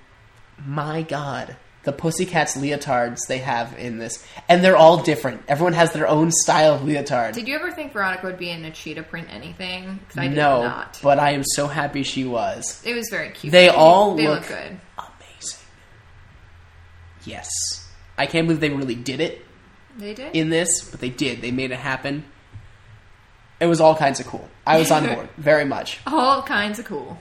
my God, the Pussycats leotards they have in this, and they're all different. Everyone has their own style of leotard.
Did you ever think Veronica would be in a cheetah print anything? 'Cause I did
no,
not.
but I am so happy she was.
It was very cute.
They all
they
look,
look, good.
amazing. Yes. I can't believe they really did it
They did.
in this, but they did. They made it happen. It was all kinds of cool. I was on board, very much.
all kinds of cool.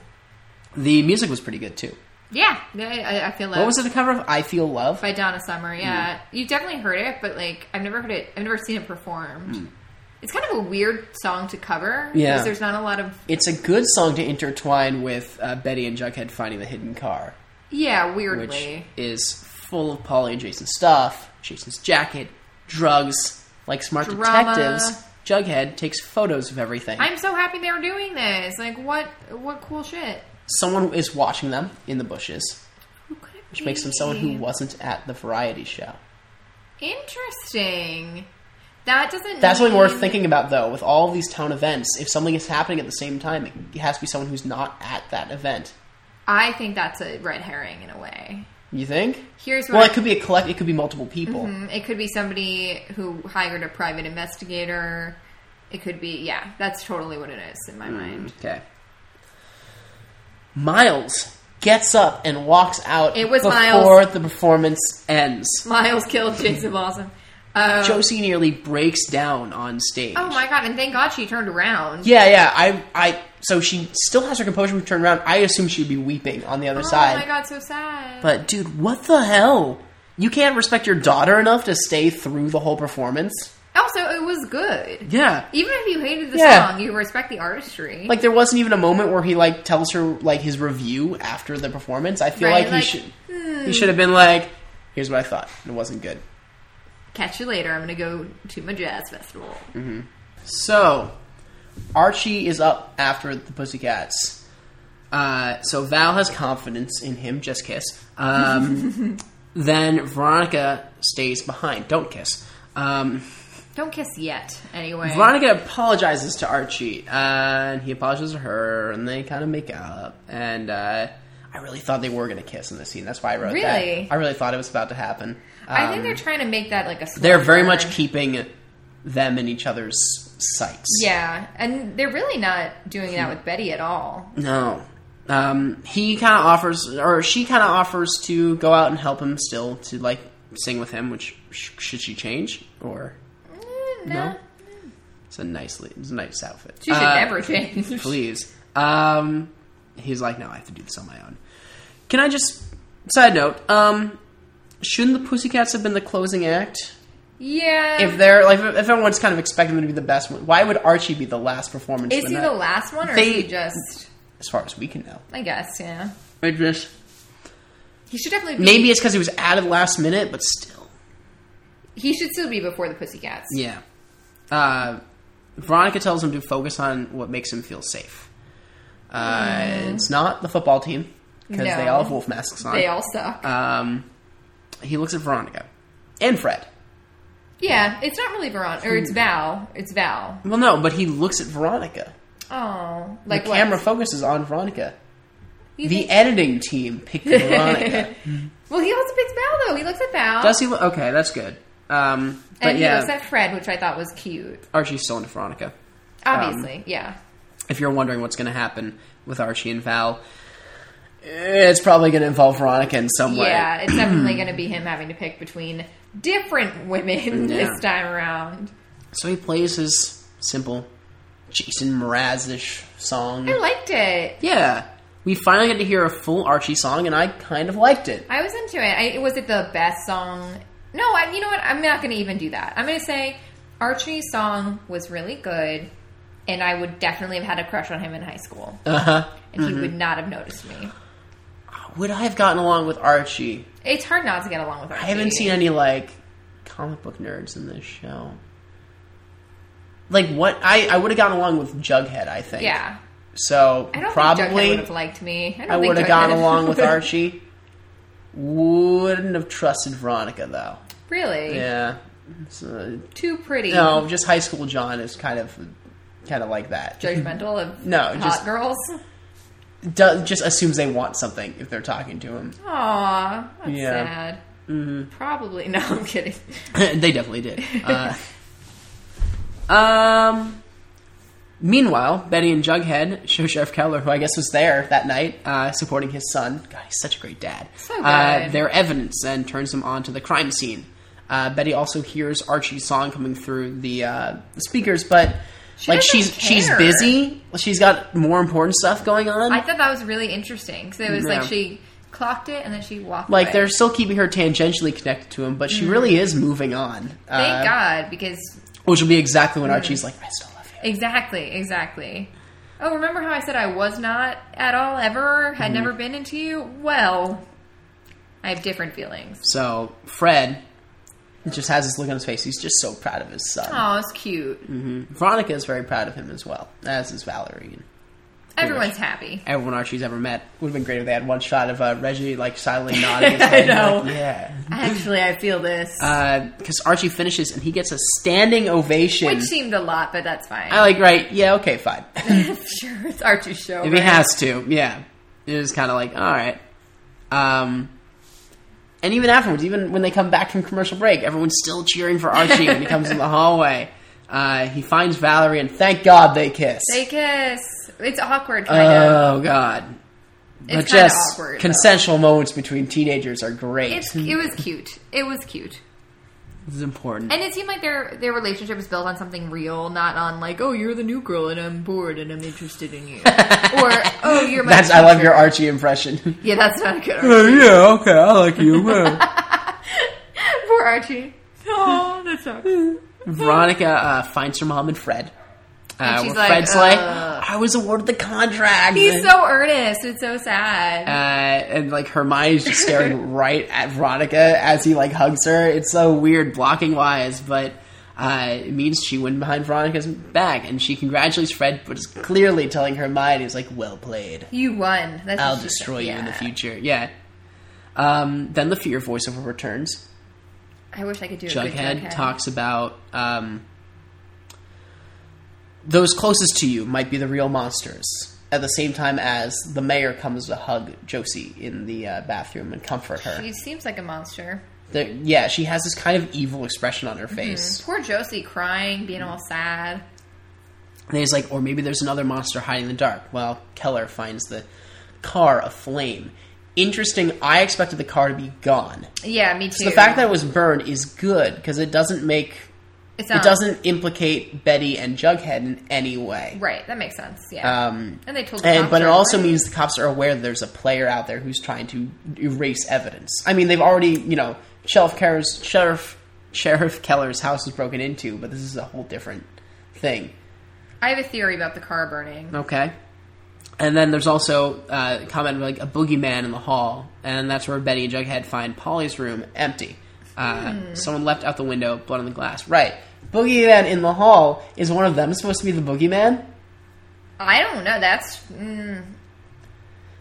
The music was pretty good too.
Yeah, I, I- I feel like
What was it the cover of? I Feel Love?
by Donna Summer. Yeah,
Mm.
you definitely heard it, but like I've never heard it. I've never seen it performed. It's kind of a weird song to cover.
Mm. Yeah.
because there's not a lot of
It's a good song to intertwine with uh, Betty and Jughead finding the hidden car,
yeah
which
weirdly.
is full of Polly and Jason stuff, Jason's jacket, drugs, like smart
Drama.
detectives. Jughead takes photos of everything.
I'm so happy they were doing this. Like what what cool shit.
Someone is watching them in the bushes.
Who could it
which makes him someone
be?
who wasn't at the variety show.
interesting. That doesn't.
That's something worth
mean-
thinking about, though. With all these town events, if something is happening at the same time, it has to be someone who's not at that event.
I think that's a red herring in a way.
You think?
Here's what
Well,
I-
it could be a collect. It could be multiple people.
It could be somebody who hired a private investigator. It could be, yeah, that's totally what it is in
Hmm.
my mind.
Okay. Miles gets up and walks out.
It was
before
Miles.
the performance ends.
Miles killed Jason Blossom. Um,
Josie nearly breaks down on stage.
oh my god! And thank God she turned around.
Yeah, yeah. I, I. So she still has her composure. when We turn around. I assume she'd be weeping on the other
oh
side.
my god, so sad.
But dude, what the hell? You can't respect your daughter enough to stay through the whole performance.
also, it was good.
Yeah.
Even if you hated the
Yeah.
song, you respect the artistry.
Like there wasn't even a moment where he like tells her like his review after the performance. I feel
Right,
like,
like, hmm.
he should he should have been like, "Here's what I thought. It wasn't good."
catch you later. I'm gonna go to my jazz festival.
So, Archie is up after the Pussycats. Uh, so Val has confidence in him. Just kiss. Um, then Veronica stays behind. Don't kiss. Um,
Don't kiss yet, anyway.
Veronica apologizes to Archie, uh, and he apologizes to her, and they kind of make up. And uh, I really thought they were going to kiss in this scene. That's why I wrote
Really? Oh,
that. I really thought it was about to happen.
I
Um,
think they're trying to make that like a. slow
they're very much
burn.
keeping them in each other's sights.
Yeah, and they're really not doing that with Betty at all.
No. Um, he kind of offers, or she kind of offers to go out and help him still to like sing with him. Which sh- should she change or
Mm,
no?
nah.
It's a nicely, it's a nice outfit.
She should
Uh,
never change.
please. Um, he's like, no, I have to do this on my own. Can I just side note? Um, shouldn't the Pussycats have been the closing act?
Yeah.
If they're like, if everyone's kind of expecting them to be the best one, why would Archie be the last performance?
is
of
he
the
the
night?
last one, or
They-
is he just?
As far as we can know,
I guess, yeah.
I just
He should definitely be,
maybe it's because he was added last minute, but still,
he should still be before the Pussycats.
yeah. Uh, Veronica tells him to focus on what makes him feel safe. Uh, It's not the football team because they
Mm. No.
all have wolf masks on.
They all suck.
Um, he looks at Veronica and Fred.
yeah, it's not really Veron or
Hmm.
it's Val. It's Val.
Well, no, but he looks at Veronica.
Oh,
The
like what?
camera focuses on Veronica.
You
The
think-
editing team picked Veronica.
well, he also picks Val though. He looks at Val.
Does he look okay? That's good. Um, but
and he
yeah,
looks at Fred, which I thought was cute.
Archie's still into Veronica. Um,
Obviously, yeah.
If you're wondering what's going to happen with Archie and Val, eh, it's probably going to involve Veronica in some way.
Yeah, it's definitely going to be him having to pick between different women
Yeah.
this time around.
So he plays his simple Jason Mraz-ish song.
I liked it.
Yeah, we finally get to hear a full Archie song, and I kind of liked it.
I was into it. I, was it the best song? No, I, you know what? I'm not going to even do that. I'm going to say Archie's song was really good, and I would definitely have had a crush on him in high school,
Uh huh.
and he would not have noticed me.
Would I have gotten along with Archie?
It's hard not to get along with Archie.
I haven't seen any like comic book nerds in this show. Like what I I would have gotten along with Jughead, I think.
Yeah,
So
I don't think Jughead
probably
would have liked me. I, don't
I
think
would have
Jughead-
gotten along with Archie. Wouldn't have trusted Veronica though.
really,
Yeah. So,
too pretty.
no, just high school John is kind of kind of like that.
Judgmental of
No,
hot
just-
girls.
Does, just assumes they want something if they're talking to him.
Aw, that's
Yeah. Mm-hmm.
sad. Probably no. I'm kidding.
they definitely did. Uh, um. Meanwhile, Betty and Jughead show Sheriff Keller, who I guess was there that night, uh, supporting his son. God, he's such a great dad.
So good.
Uh, their evidence and turns them onto the crime scene. Uh, Betty also hears Archie's song coming through the uh, speakers, but
She
like
doesn't
she's she's
care.
busy. She's got more important stuff going on.
I thought that was really interesting because it was
Yeah.
like she clocked it and then she walked.
like
away.
they're still keeping her tangentially connected to him, but she really is moving on.
thank
uh,
God Mm-hmm. because
Which will be exactly when Archie's like, "I still love you."
exactly, exactly. Oh, remember how I said I was not at all ever
Mm-hmm.
had never been into you? Well, I have different feelings.
So Fred just has this look on his face. He's just so proud of his son.
Oh, it's cute.
Mm, Veronica is very proud of him as well, as is Valerie and
Everyone's happy.
everyone Archie's ever met. Would have been great if they had one shot of uh, Reggie like silently nodding. His head,
I know.
like, yeah.
Actually, I feel this,
Because Uh, Archie finishes and he gets a standing ovation.
which seemed a lot, but that's fine.
I like right. Yeah. Okay. Fine.
sure, it's Archie's show.
If he
right?
has to, yeah. It is kind of like, all right. Um, and even afterwards, even when they come back from commercial break, everyone's still cheering for Archie when he comes in the hallway. Uh, he finds Valerie, and thank God they kiss.
They kiss. It's awkward, kind of.
oh, God.
It's
But
kind of
just
awkward. though.
consensual moments between teenagers are great.
It's, it was cute. It was cute,
This is important.
and it seemed like their their relationship was built on something real, not on like, oh, you're the new girl, and I'm bored, and I'm interested in you, or oh, you're my.
That's I love your
teacher.
Archie impression.
Yeah, that's not good. Archie.
Uh, yeah, okay, I like you.
Poor Archie. Oh, that sucks.
Veronica uh, finds her mom and Fred. Uh,
And she's
where
like,
Fred's like,
"Uh."
I was awarded the contract.
He's so earnest. It's so sad.
uh, and like Hermione's just staring right at Veronica as he like hugs her. It's so weird blocking wise, but uh, it means she went behind Veronica's back and she congratulates Fred, but is clearly telling Hermione, "Is like, well played.
you won. That's
I'll
what she
destroy
said.
you in the
Yeah.
future." Yeah. Um, then the fear voiceover returns.
I wish I could do a good
Jughead
Jughead
talks about um, those closest to you might be the real monsters. At the same time as the mayor comes to hug Josie in the uh, bathroom and comfort her.
He seems like a monster.
The- yeah, she has this kind of evil expression on her face.
Poor Josie crying, being all sad.
And he's like, or maybe there's another monster hiding in the dark. Well, Keller finds the car aflame. Interesting, I expected the car to be gone.
Yeah, me too.
So the fact that it was burned is good because it doesn't make
It's
It
not-
doesn't implicate Betty and Jughead in any way.
Right. That makes sense. Yeah.
Um,
and they told. the
and
cops
but it
right
also
away.
means the cops are aware that there's a player out there who's trying to erase evidence. I mean, they've already, you know, Sheriff Keller's Sheriff Sheriff Keller's house was broken into, but this is a whole different thing.
I have a theory about the car burning.
Okay. And then there's also uh, comment of, like a boogeyman in the hall, and that's where Betty and Jughead find Polly's room empty. Uh, Someone left out the window, blood on the glass. Right. Boogeyman in the hall is one of them supposed to be the boogeyman?
I don't know. That's mm,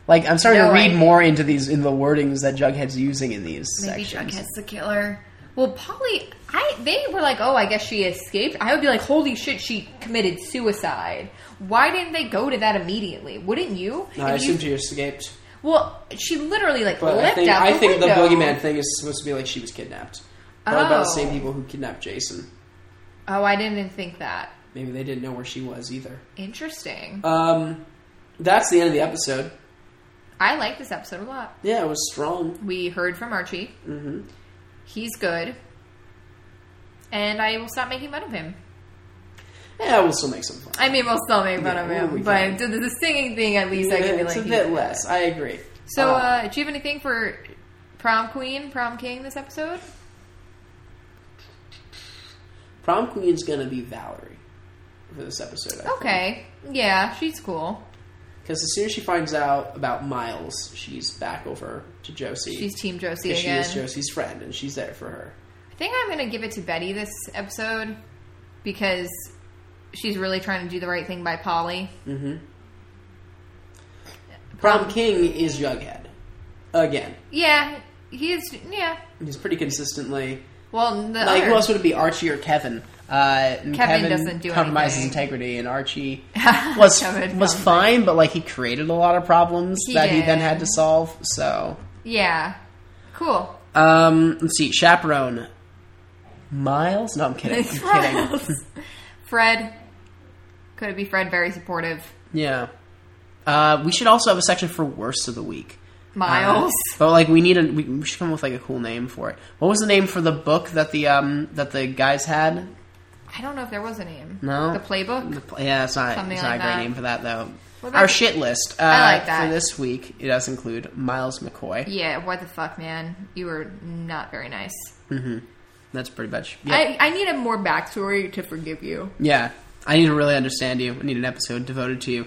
Like I'm starting
No,
to read
I-
more into these in the wordings that Jughead's using in these
maybe
sections.
Jughead's the killer. Well, Polly, I they were like, oh, I guess she escaped. I would be like, holy shit, she committed suicide. Why didn't they go to that immediately? Wouldn't you?
No, I
If you-
assume she escaped.
Well, she literally like
But
leapt
I think
out
I
the
think the
window.
boogeyman thing is supposed to be like she was kidnapped. Probably by the same
Oh.
people who kidnapped Jason.
Oh, I didn't even think that.
Maybe they didn't know where she was either.
Interesting.
Um, that's the end of the episode.
I like this episode a lot.
Yeah, it was strong.
We heard from Archie. Mm-hmm. He's good, and I will stop making fun of him.
Yeah, we'll still make some fun.
I mean, we'll still make fun
Yeah,
of
we
him,
can.
but the, the singing thing at least I can be
It's
like
a
he's
bit
good.
less. I agree.
Oh.
So, uh, do you have anything for prom queen, prom king this episode?
prom queen's gonna be Valerie for this episode. I
Okay, yeah, she's cool.
Because as soon as she finds out about Miles, she's back over to Josie.
She's Team Josie
'Cause she
again.
is Josie's friend, and she's there for her.
I think I'm gonna give it to Betty this episode because she's really trying to do the right thing by Polly. Um,
Prom King is Jughead again.
Yeah, he's yeah.
He's pretty consistently
Well, the
Like,
other-
who else would it be? Archie or Kevin? Uh, and
Kevin doesn't do
compromises
anything.
integrity, and Archie was
Kevin
was
comes.
fine, but like he created a lot of problems
He
that he then
did.
had to solve. So,
yeah, cool.
um, let's see, chaperone Miles. No, I'm kidding. I'm kidding.
Fred could it be Fred? Very supportive.
Yeah, uh, we should also have a section for worst of the week.
Miles.
Uh, but like we need a we we should come up with like a cool name for it. What was the name for the book that the um that the guys had?
I don't know if there was a name.
No.
The playbook.
The pl- Yeah, it's not
Something
it's not
like
a great
that.
name for that though.
What about-
Our shit list uh,
I like that.
for this week it does include Miles McCoy.
Yeah, what the fuck, man? You were not very nice.
Mm-hmm. That's pretty much yeah.
I, I need a more backstory to forgive you.
yeah. I need to really understand you. I need an episode devoted to you.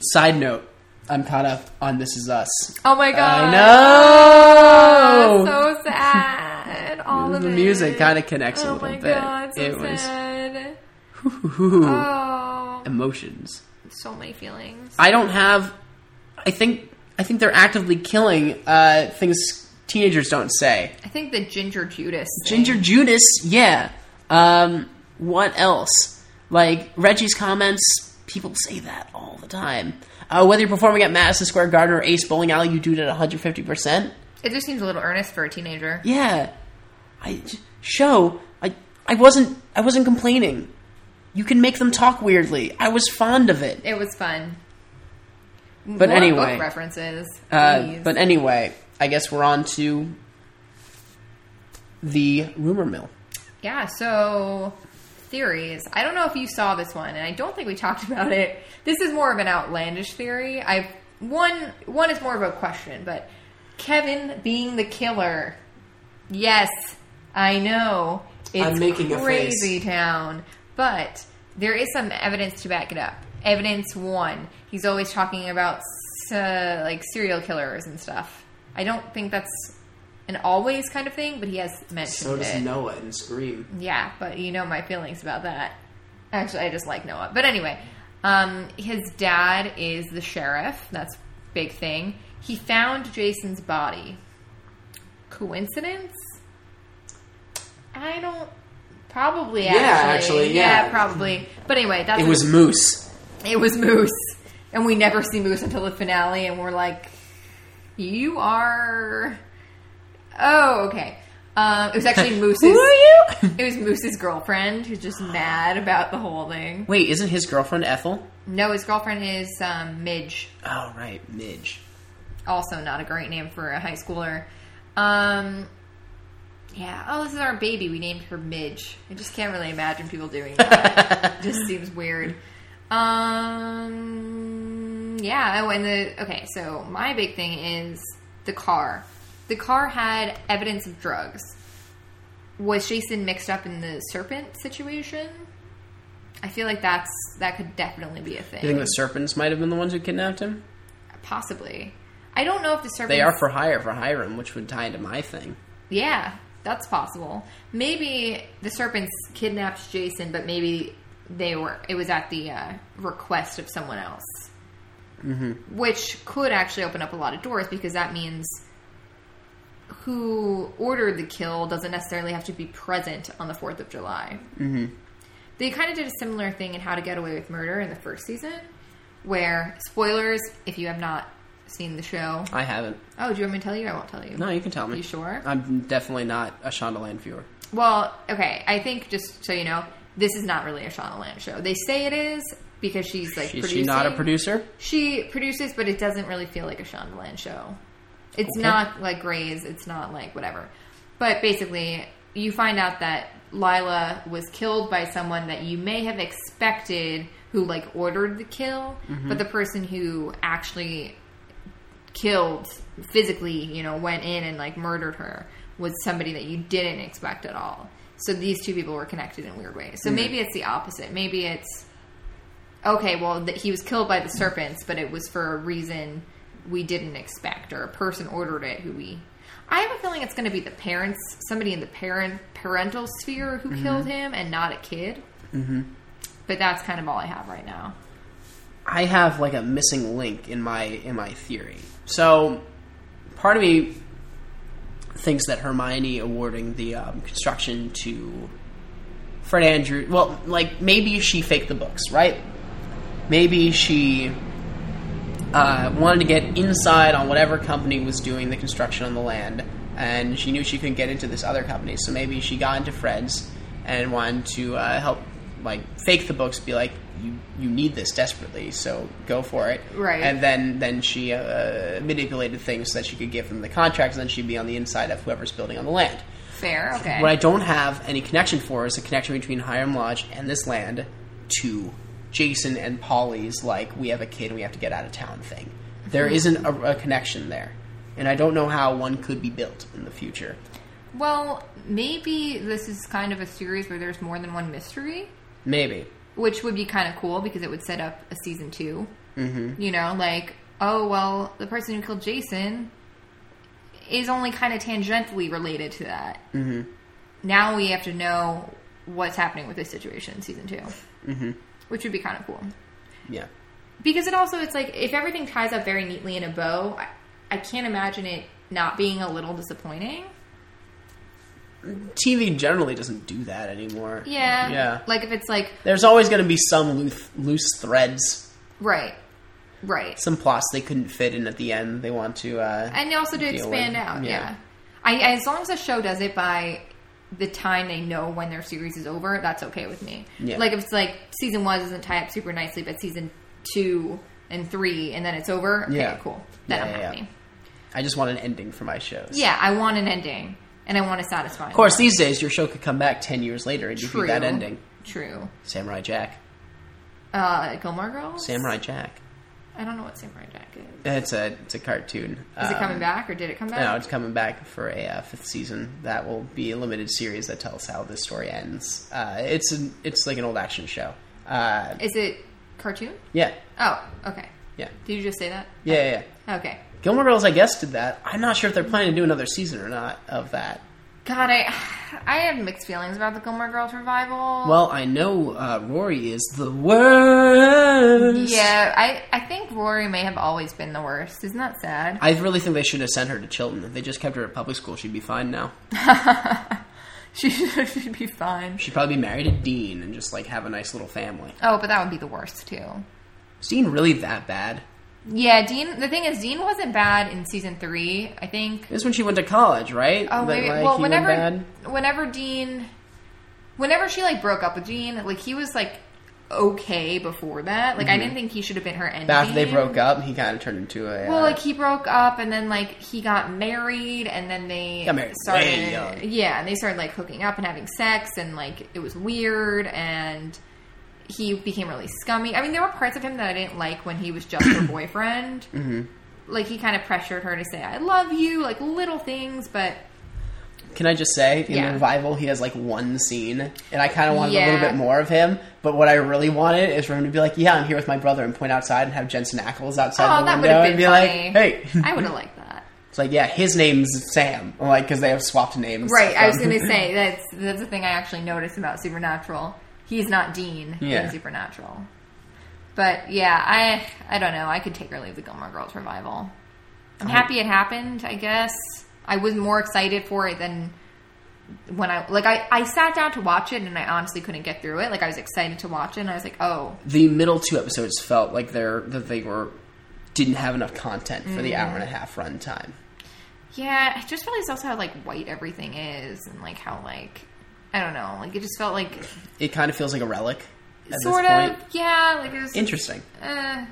Side note: I'm caught up on This Is Us.
Oh my god. Oh,
I know.
so sad. All of
the
it.
music kind of connects a
Oh
little
my
bit.
god, so
it was
sad. Oh,
emotions.
so many feelings.
I don't have. I think I think they're actively killing uh, things teenagers don't say.
I think the Ginger Judas. thing.
Ginger Judas, yeah. Um, what else? Like Reggie's comments, people say that all the time. Uh, whether you're performing at Madison Square Garden or Ace Bowling Alley, you do it at 150. percent
It just seems a little earnest for a teenager.
Yeah, I show. I I wasn't I wasn't complaining. You can make them talk weirdly. I was fond of it.
It was fun.
But
More
anyway.
book references.
Uh,
please.
but anyway, I guess we're on to the rumor mill.
Yeah, so theories. I don't know if you saw this one, and I don't think we talked about it. This is more of an outlandish theory. I one one is more of a question, but Kevin being the killer. Yes, I know it's
I'm making a
crazy town, but there is some evidence to back it up. Evidence one: he's always talking about uh, like serial killers and stuff. I don't think that's an always kind of thing, but he has mentioned
So
it.
does Noah and Scream.
Yeah, but you know my feelings about that. Actually, I just like Noah. But anyway, um, his dad is the sheriff. That's big thing. He found Jason's body. Coincidence? I don't. Probably. Actually.
actually, yeah.
probably. But anyway, that's
It was Moose.
it was Moose, and we never see Moose until the finale, and we're like, "You are." Oh, okay. Um, it was actually Moose's.
Who are you?
It was Moose's girlfriend who's just mad about the whole thing.
Wait, isn't his girlfriend Ethel?
No, his girlfriend is um, Midge,
Oh right, Midge.
also not a great name for a high schooler. Um, Yeah. Oh, this is our baby. We named her Midge. I just can't really imagine people doing that. it just seems weird. Um. Yeah. Oh, and the okay. So my big thing is the car. The car had evidence of drugs. Was Jason mixed up in the serpent situation? I feel like that's that could definitely be a thing.
You think the serpents might have been the ones who kidnapped him?
Possibly. I don't know if the serpent.
They are for hire for Hiram, which would tie into my thing.
Yeah, that's possible. Maybe the serpents kidnapped Jason, but maybe they were. It was at the uh, request of someone else, mm-hmm. which could actually open up a lot of doors because that means who ordered the kill doesn't necessarily have to be present on the Fourth of July. Mm-hmm. They kind of did a similar thing in How to Get Away with Murder in the first season, where spoilers if you have not seen the show.
I haven't.
Oh, do you want me to tell you? I won't tell you.
No, you can tell me.
You sure?
I'm definitely not a Shondaland viewer.
Well, okay. I think just so you know, this is not really a Shauna Lamb show. They say it is because she's like
Is she not a
producing.
producer?
She produces, but it doesn't really feel like a Shauna Lamb show. It's not like Grey's. It's not like whatever. But basically, you find out that Lila was killed by someone that you may have expected who like ordered the kill, but the person who actually killed physically, you know, went in and like murdered her was somebody that you didn't expect at all. So these two people were connected in weird ways. So maybe it's the opposite. Maybe it's okay, well, th- he was killed by the serpents, but it was for a reason we didn't expect, or a person ordered it who we. I have a feeling it's going to be the parents, somebody in the parent parental sphere who killed him, and not a kid. Mm-hmm. But that's kind of all I have right now.
I have like a missing link in my in my theory. So, part of me thinks that Hermione awarding the um, construction to Fred Andrew. Well, like maybe she faked the books, right? Maybe she uh, wanted to get inside on whatever company was doing the construction on the land, and she knew she couldn't get into this other company. So maybe she got into Fred's and wanted to uh, help, like fake the books, be like, "You you need this desperately, so go for it."
Right.
And then then she uh, manipulated things so that she could give them the contracts, and then she'd be on the inside of whoever's building on the land.
Fair, okay.
What I don't have any connection for is the connection between Hiram Lodge and this land to Jason and Polly's like we have a kid and we have to get out of town thing. There
Mm-hmm.
isn't a, a connection there, and I don't know how one could be built in the future.
Well, maybe this is kind of a series where there's more than one mystery,
Maybe
which would be kind of cool because it would set up a season 2 Mm-hmm. You know, like, oh, well, the person who killed Jason is only kind of tangentially related to that. Mm-hmm. Now we have to know what's happening with this situation in season 2 mm-hmm. which would be kind of cool
yeah.
because it also it's like if everything ties up very neatly in a bow I, I can't imagine it not being a little disappointing
TV generally doesn't do that anymore.
yeah
Yeah.
like if it's like
There's always going to be some loose, loose threads,
right right
some plots they couldn't fit in at the end. They want to. Uh,
and also to
deal
expand
with.
out.
Yeah.
Yeah, I as long as a show does it by the time they know when their series is over, that's okay with me.
Yeah.
Like if it's like season one doesn't tie up super nicely, but season two and three, and then it's over. Okay,
Yeah.
cool. Then
Yeah,
I'm
yeah, yeah.
happy. Yeah.
I just want an ending for my shows.
I want an ending, and I want a satisfying.
Of course, these days your show could come back ten years later and give you
true
that ending.
True.
Samurai Jack.
Uh, Gilmore Girls.
Samurai Jack.
I don't know what Samurai Jack is.
It's a it's a cartoon.
Is it coming back or did it come back?
Um, No, it's coming back for a uh, fifth season. That will be a limited series that tells how this story ends. Uh, it's an, it's like an old action show. Uh,
Is it cartoon?
yeah,
Oh, okay.
yeah,
Did you just say that?
yeah, yeah. yeah.
Okay.
Gilmore Girls, I guess, did that. I'm not sure if they're planning to do another season or not of that.
God, I I have mixed feelings about the Gilmore Girls revival.
Well, I know uh, Rory is the worst.
yeah, I I think Rory may have always been the worst. Isn't that sad?
I really think they should have sent her to Chilton. If they just kept her at public school, she'd be fine now.
She should she'd be fine.
She'd probably be married to Dean and just like have a nice little family.
Oh, but that would be the worst too.
Is Dean really that bad?
Yeah, Dean. The thing is, Dean wasn't bad in season three. I think.
It was when she went to college, right?
Oh,
That,
maybe.
like,
well,
he went
whenever
bad?
whenever Dean, whenever she like broke up with Dean, like he was like okay before that. Like I didn't think he should have been her enemy.
Mm-hmm. After they broke up, he kind of turned into a.
Well,
uh,
like he broke up, and then like he got married, and then they
Got married
started,
way young.
yeah, and they started like hooking up and having sex, and like it was weird, and he became really scummy. I mean, there were parts of him that I didn't like when he was just her boyfriend. Mm-hmm. Like he kind of pressured her to say "I love you," like little things, but
Can I just say, in
Yeah.
the revival, he has like one scene, and I kind of wanted a
Yeah.
little bit more of him. But what I really wanted is for him to be like, "Yeah, I'm here with my brother," and point outside and have Jensen Ackles outside
oh,
the
that would
window
have
and
been
be
funny.
like, "Hey."
I would have liked that.
It's like, yeah, his name's Sam, I'm like because they have swapped names.
Right, I was
from-
going to say that's that's the thing I actually noticed about Supernatural. He's not Dean
Yeah.
in Supernatural, but yeah, I I don't know. I could take or leave the Gilmore Girls revival. I'm happy it happened. I guess I was more excited for it than when I like I I sat down to watch it and I honestly couldn't get through it. Like I was excited to watch it and I was like, oh,
the middle two episodes felt like they're that they were didn't have enough content for the hour and a half run time.
Yeah, I just realized also how like white everything is, and like how like I don't know, like it just felt like
It kind of feels like a relic. At
sort
this point.
of yeah, like it was.
interesting.
eh.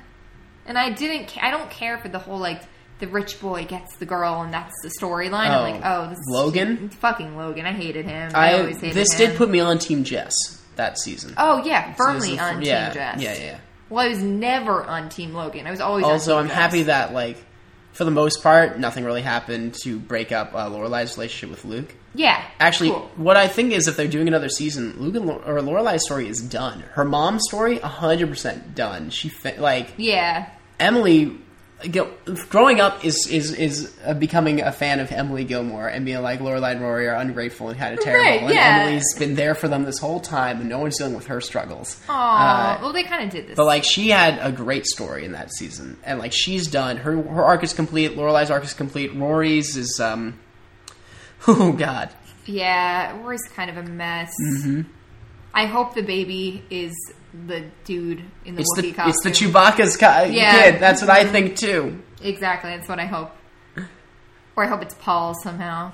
and I didn't, ca- I don't care for the whole like the rich boy gets the girl and that's the storyline.
Oh,
I'm like, oh, this is-
Logan?
fucking Logan. I hated him.
I,
I, always hated
this
him.
did put me on Team Jess that season.
oh
So
yeah,
this
firmly
is-
on
yeah,
Team Jess.
Yeah, yeah.
Well, I was never on Team Logan. I was always
Also,
on
I'm
Team
happy
Jess.
that like for the most part, nothing really happened to break up uh, Lorelai's relationship with Luke.
yeah,
Actually,
cool.
what I think is if they're doing another season, Luke and Lo- or Lorelai's story is done. Her mom's story, hundred percent done. She fi- like
yeah,
Emily. Gil- growing up is is is uh, becoming a fan of Emily Gilmore and being like Lorelai and Rory are ungrateful and kind of terrible,
Right, yeah.
and Emily's been there for them this whole time, and no one's dealing with her struggles. Uh,
Aw, well, they kind of did this.
But like she had a great story in that season, and like she's done her her arc is complete. Lorelai's arc is complete. Rory's is um, oh god,
Yeah, Rory's kind of a mess.
Mm-hmm.
I hope the baby is the dude in the
it's
Wookiee
the
costume.
it's the Chewbacca's co-
Yeah.
kid. That's what I think too.
Exactly, that's what I hope. Or I hope it's Paul somehow.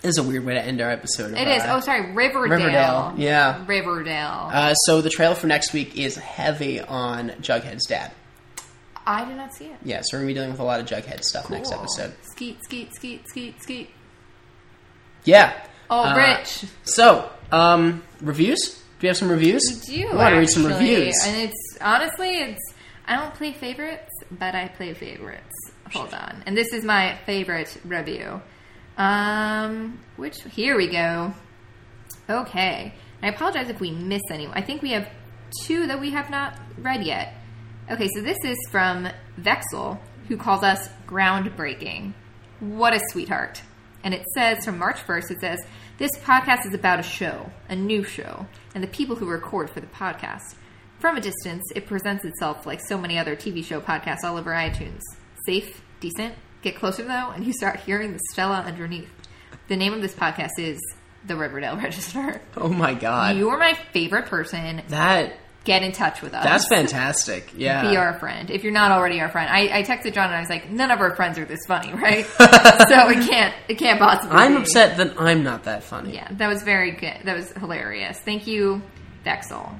This is a weird way to end our episode.
It is. Oh, sorry, Riverdale.
Riverdale, yeah.
Riverdale.
Uh, so the trailer for next week is heavy on Jughead's dad.
I did not see it.
Yeah, so we're gonna be dealing with a lot of Jughead stuff next
Cool.
episode.
Skeet, skeet, skeet, skeet, skeet.
Yeah.
Oh,
Uh,
Rich.
So, um, reviews? Do we have some reviews?
Do you
We want to read some
actually.
reviews.
And it's honestly, it's I don't play favorites, but I play favorites. Hold on, and this is my favorite review. Um, which here we go. Okay, and I apologize if we miss anyone. I think we have two that we have not read yet. Okay, so this is from Vexel, who calls us groundbreaking. What a sweetheart. And it says from March 1st, it says, This podcast is about a show, a new show, and the people who record for the podcast. From a distance, it presents itself like so many other TV show podcasts all over iTunes. Safe, decent. Get closer, though, and you start hearing the Stella underneath. The name of this podcast is The Riverdale Register.
oh my god.
You are my favorite person.
that
Get in touch with us
that's fantastic. Yeah.
be our friend if you're not already our friend. I, I texted John and I was like, none of our friends are this funny, right? so it can't it can't possibly.
I'm
be.
upset that I'm not that funny.
Yeah, that was very good. That was hilarious. Thank you, Vexel.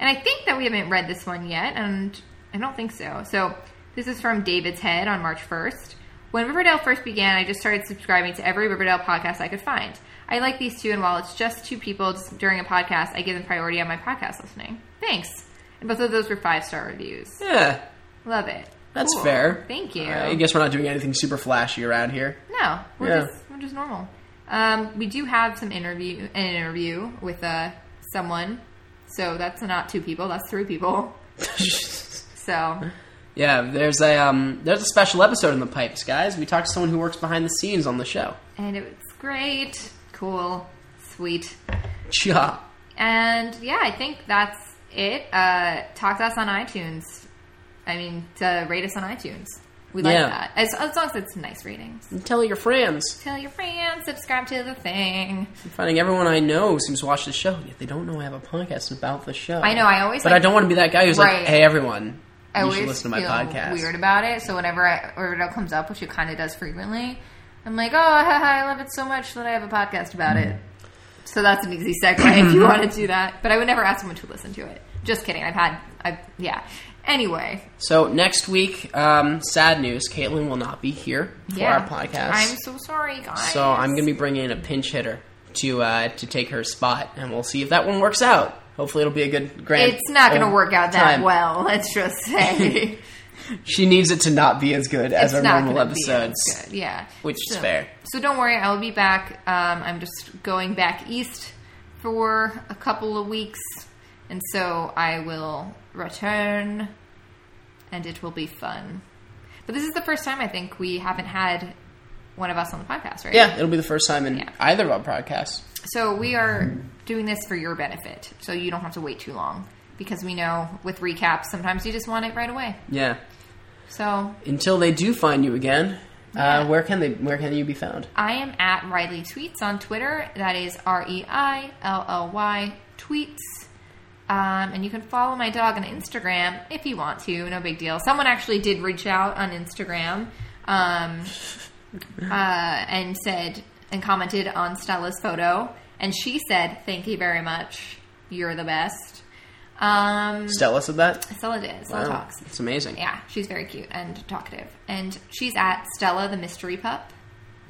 And I think that we haven't read this one yet, and I don't think so. So this is from David's Head on March 1st. When Riverdale first began, I just started subscribing to every Riverdale podcast I could find. I like these two, and while it's just two people just during a podcast, I give them priority on my podcast listening. Thanks. And both of those were five star reviews.
Yeah,
Love it.
that's
Cool.
fair.
Thank you.
I guess we're not doing anything super flashy around here.
No, we're
Yeah.
just we're just normal. Um, we do have some interview an interview with uh, someone, so that's not two people, that's three people. So
yeah, there's a um, there's a special episode in the pipes, guys. We talked to someone who works behind the scenes on the show.
and it was great, cool, sweet,
Cha.
and yeah, I think that's it. Uh, talk to us on iTunes. I mean, to rate us on iTunes, we like
Yeah.
that as, as long as it's nice ratings.
Tell your friends.
Tell your friends, subscribe to the thing.
Finding everyone I know seems to watch the show, yet they don't know I have a podcast about the show.
I know, I always
but
like-
I don't want to be that guy who's like,
Right.
"Hey, everyone,
I
you
always
should listen to my
feel
podcast."
Weird about it. So whenever I, or it comes up, which it kind of does frequently, I'm like, oh, haha, I love it so much that I have a podcast about it. So that's an easy segue if you want to do that. But I would never ask someone to listen to it. Just kidding. I've had, I yeah. Anyway,
So next week, um, sad news: Caitlin will not be here for
yeah.
our podcast.
I'm so sorry, guys.
so I'm going to be bringing in a pinch hitter to uh, to take her spot, and we'll see if that one works out. Hopefully, it'll be a good grand.
It's not going to
old
work out that
Oh, time.
well. Let's just say
She needs it to not be as good as
it's
our
not
normal
gonna be as
episodes.
good, Yeah,
which is
So-
fair.
So don't worry, I'll be back. Um, I'm just going back east for a couple of weeks, and so I will return, and it will be fun. But this is the first time I think we haven't had one of us on the podcast, right?
Yeah, it'll be the first time in
Yeah.
either of our podcasts.
So we are doing this for your benefit, so you don't have to wait too long. Because we know with recaps, sometimes you just want it right away.
Yeah.
So
Until they do find you again,
Yeah.
uh, where can they? Where can you be found?
I am at Riley Tweets on Twitter. That is R E I L L Y Tweets. Um, and you can follow my dog on Instagram if you want to. No big deal. Someone actually did reach out on Instagram um, uh, and said and commented on Stella's photo, and she said, "Thank you very much. You're the best." Um,
Stella said that.
Stella did. Stella
Wow,
talks.
it's amazing.
Yeah, she's very cute and talkative. And she's at Stella the Mystery Pup.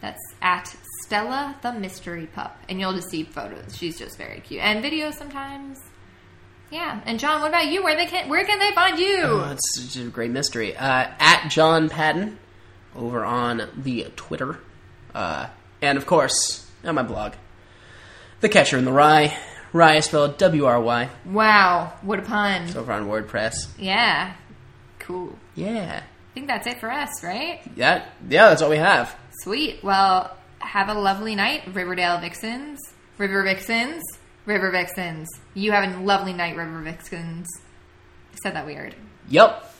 That's at Stella the Mystery Pup. And you'll just see photos. She's just very cute. And videos sometimes. Yeah. And John, what about you? Where they can where can they find you?
Oh, it's just a great mystery. Uh, at John Patton over on the Twitter. Uh, and of course, on my blog, The Catcher in the Rye. Rye is spelled W R Y
wow, what a pun.
over on WordPress.
yeah. Cool.
Yeah.
I think that's it for us, right?
That, yeah, that's all we have.
Sweet. Well, have a lovely night, Riverdale Vixens. River Vixens. River Vixens. You have a lovely night, River Vixens. I said that weird.
Yup.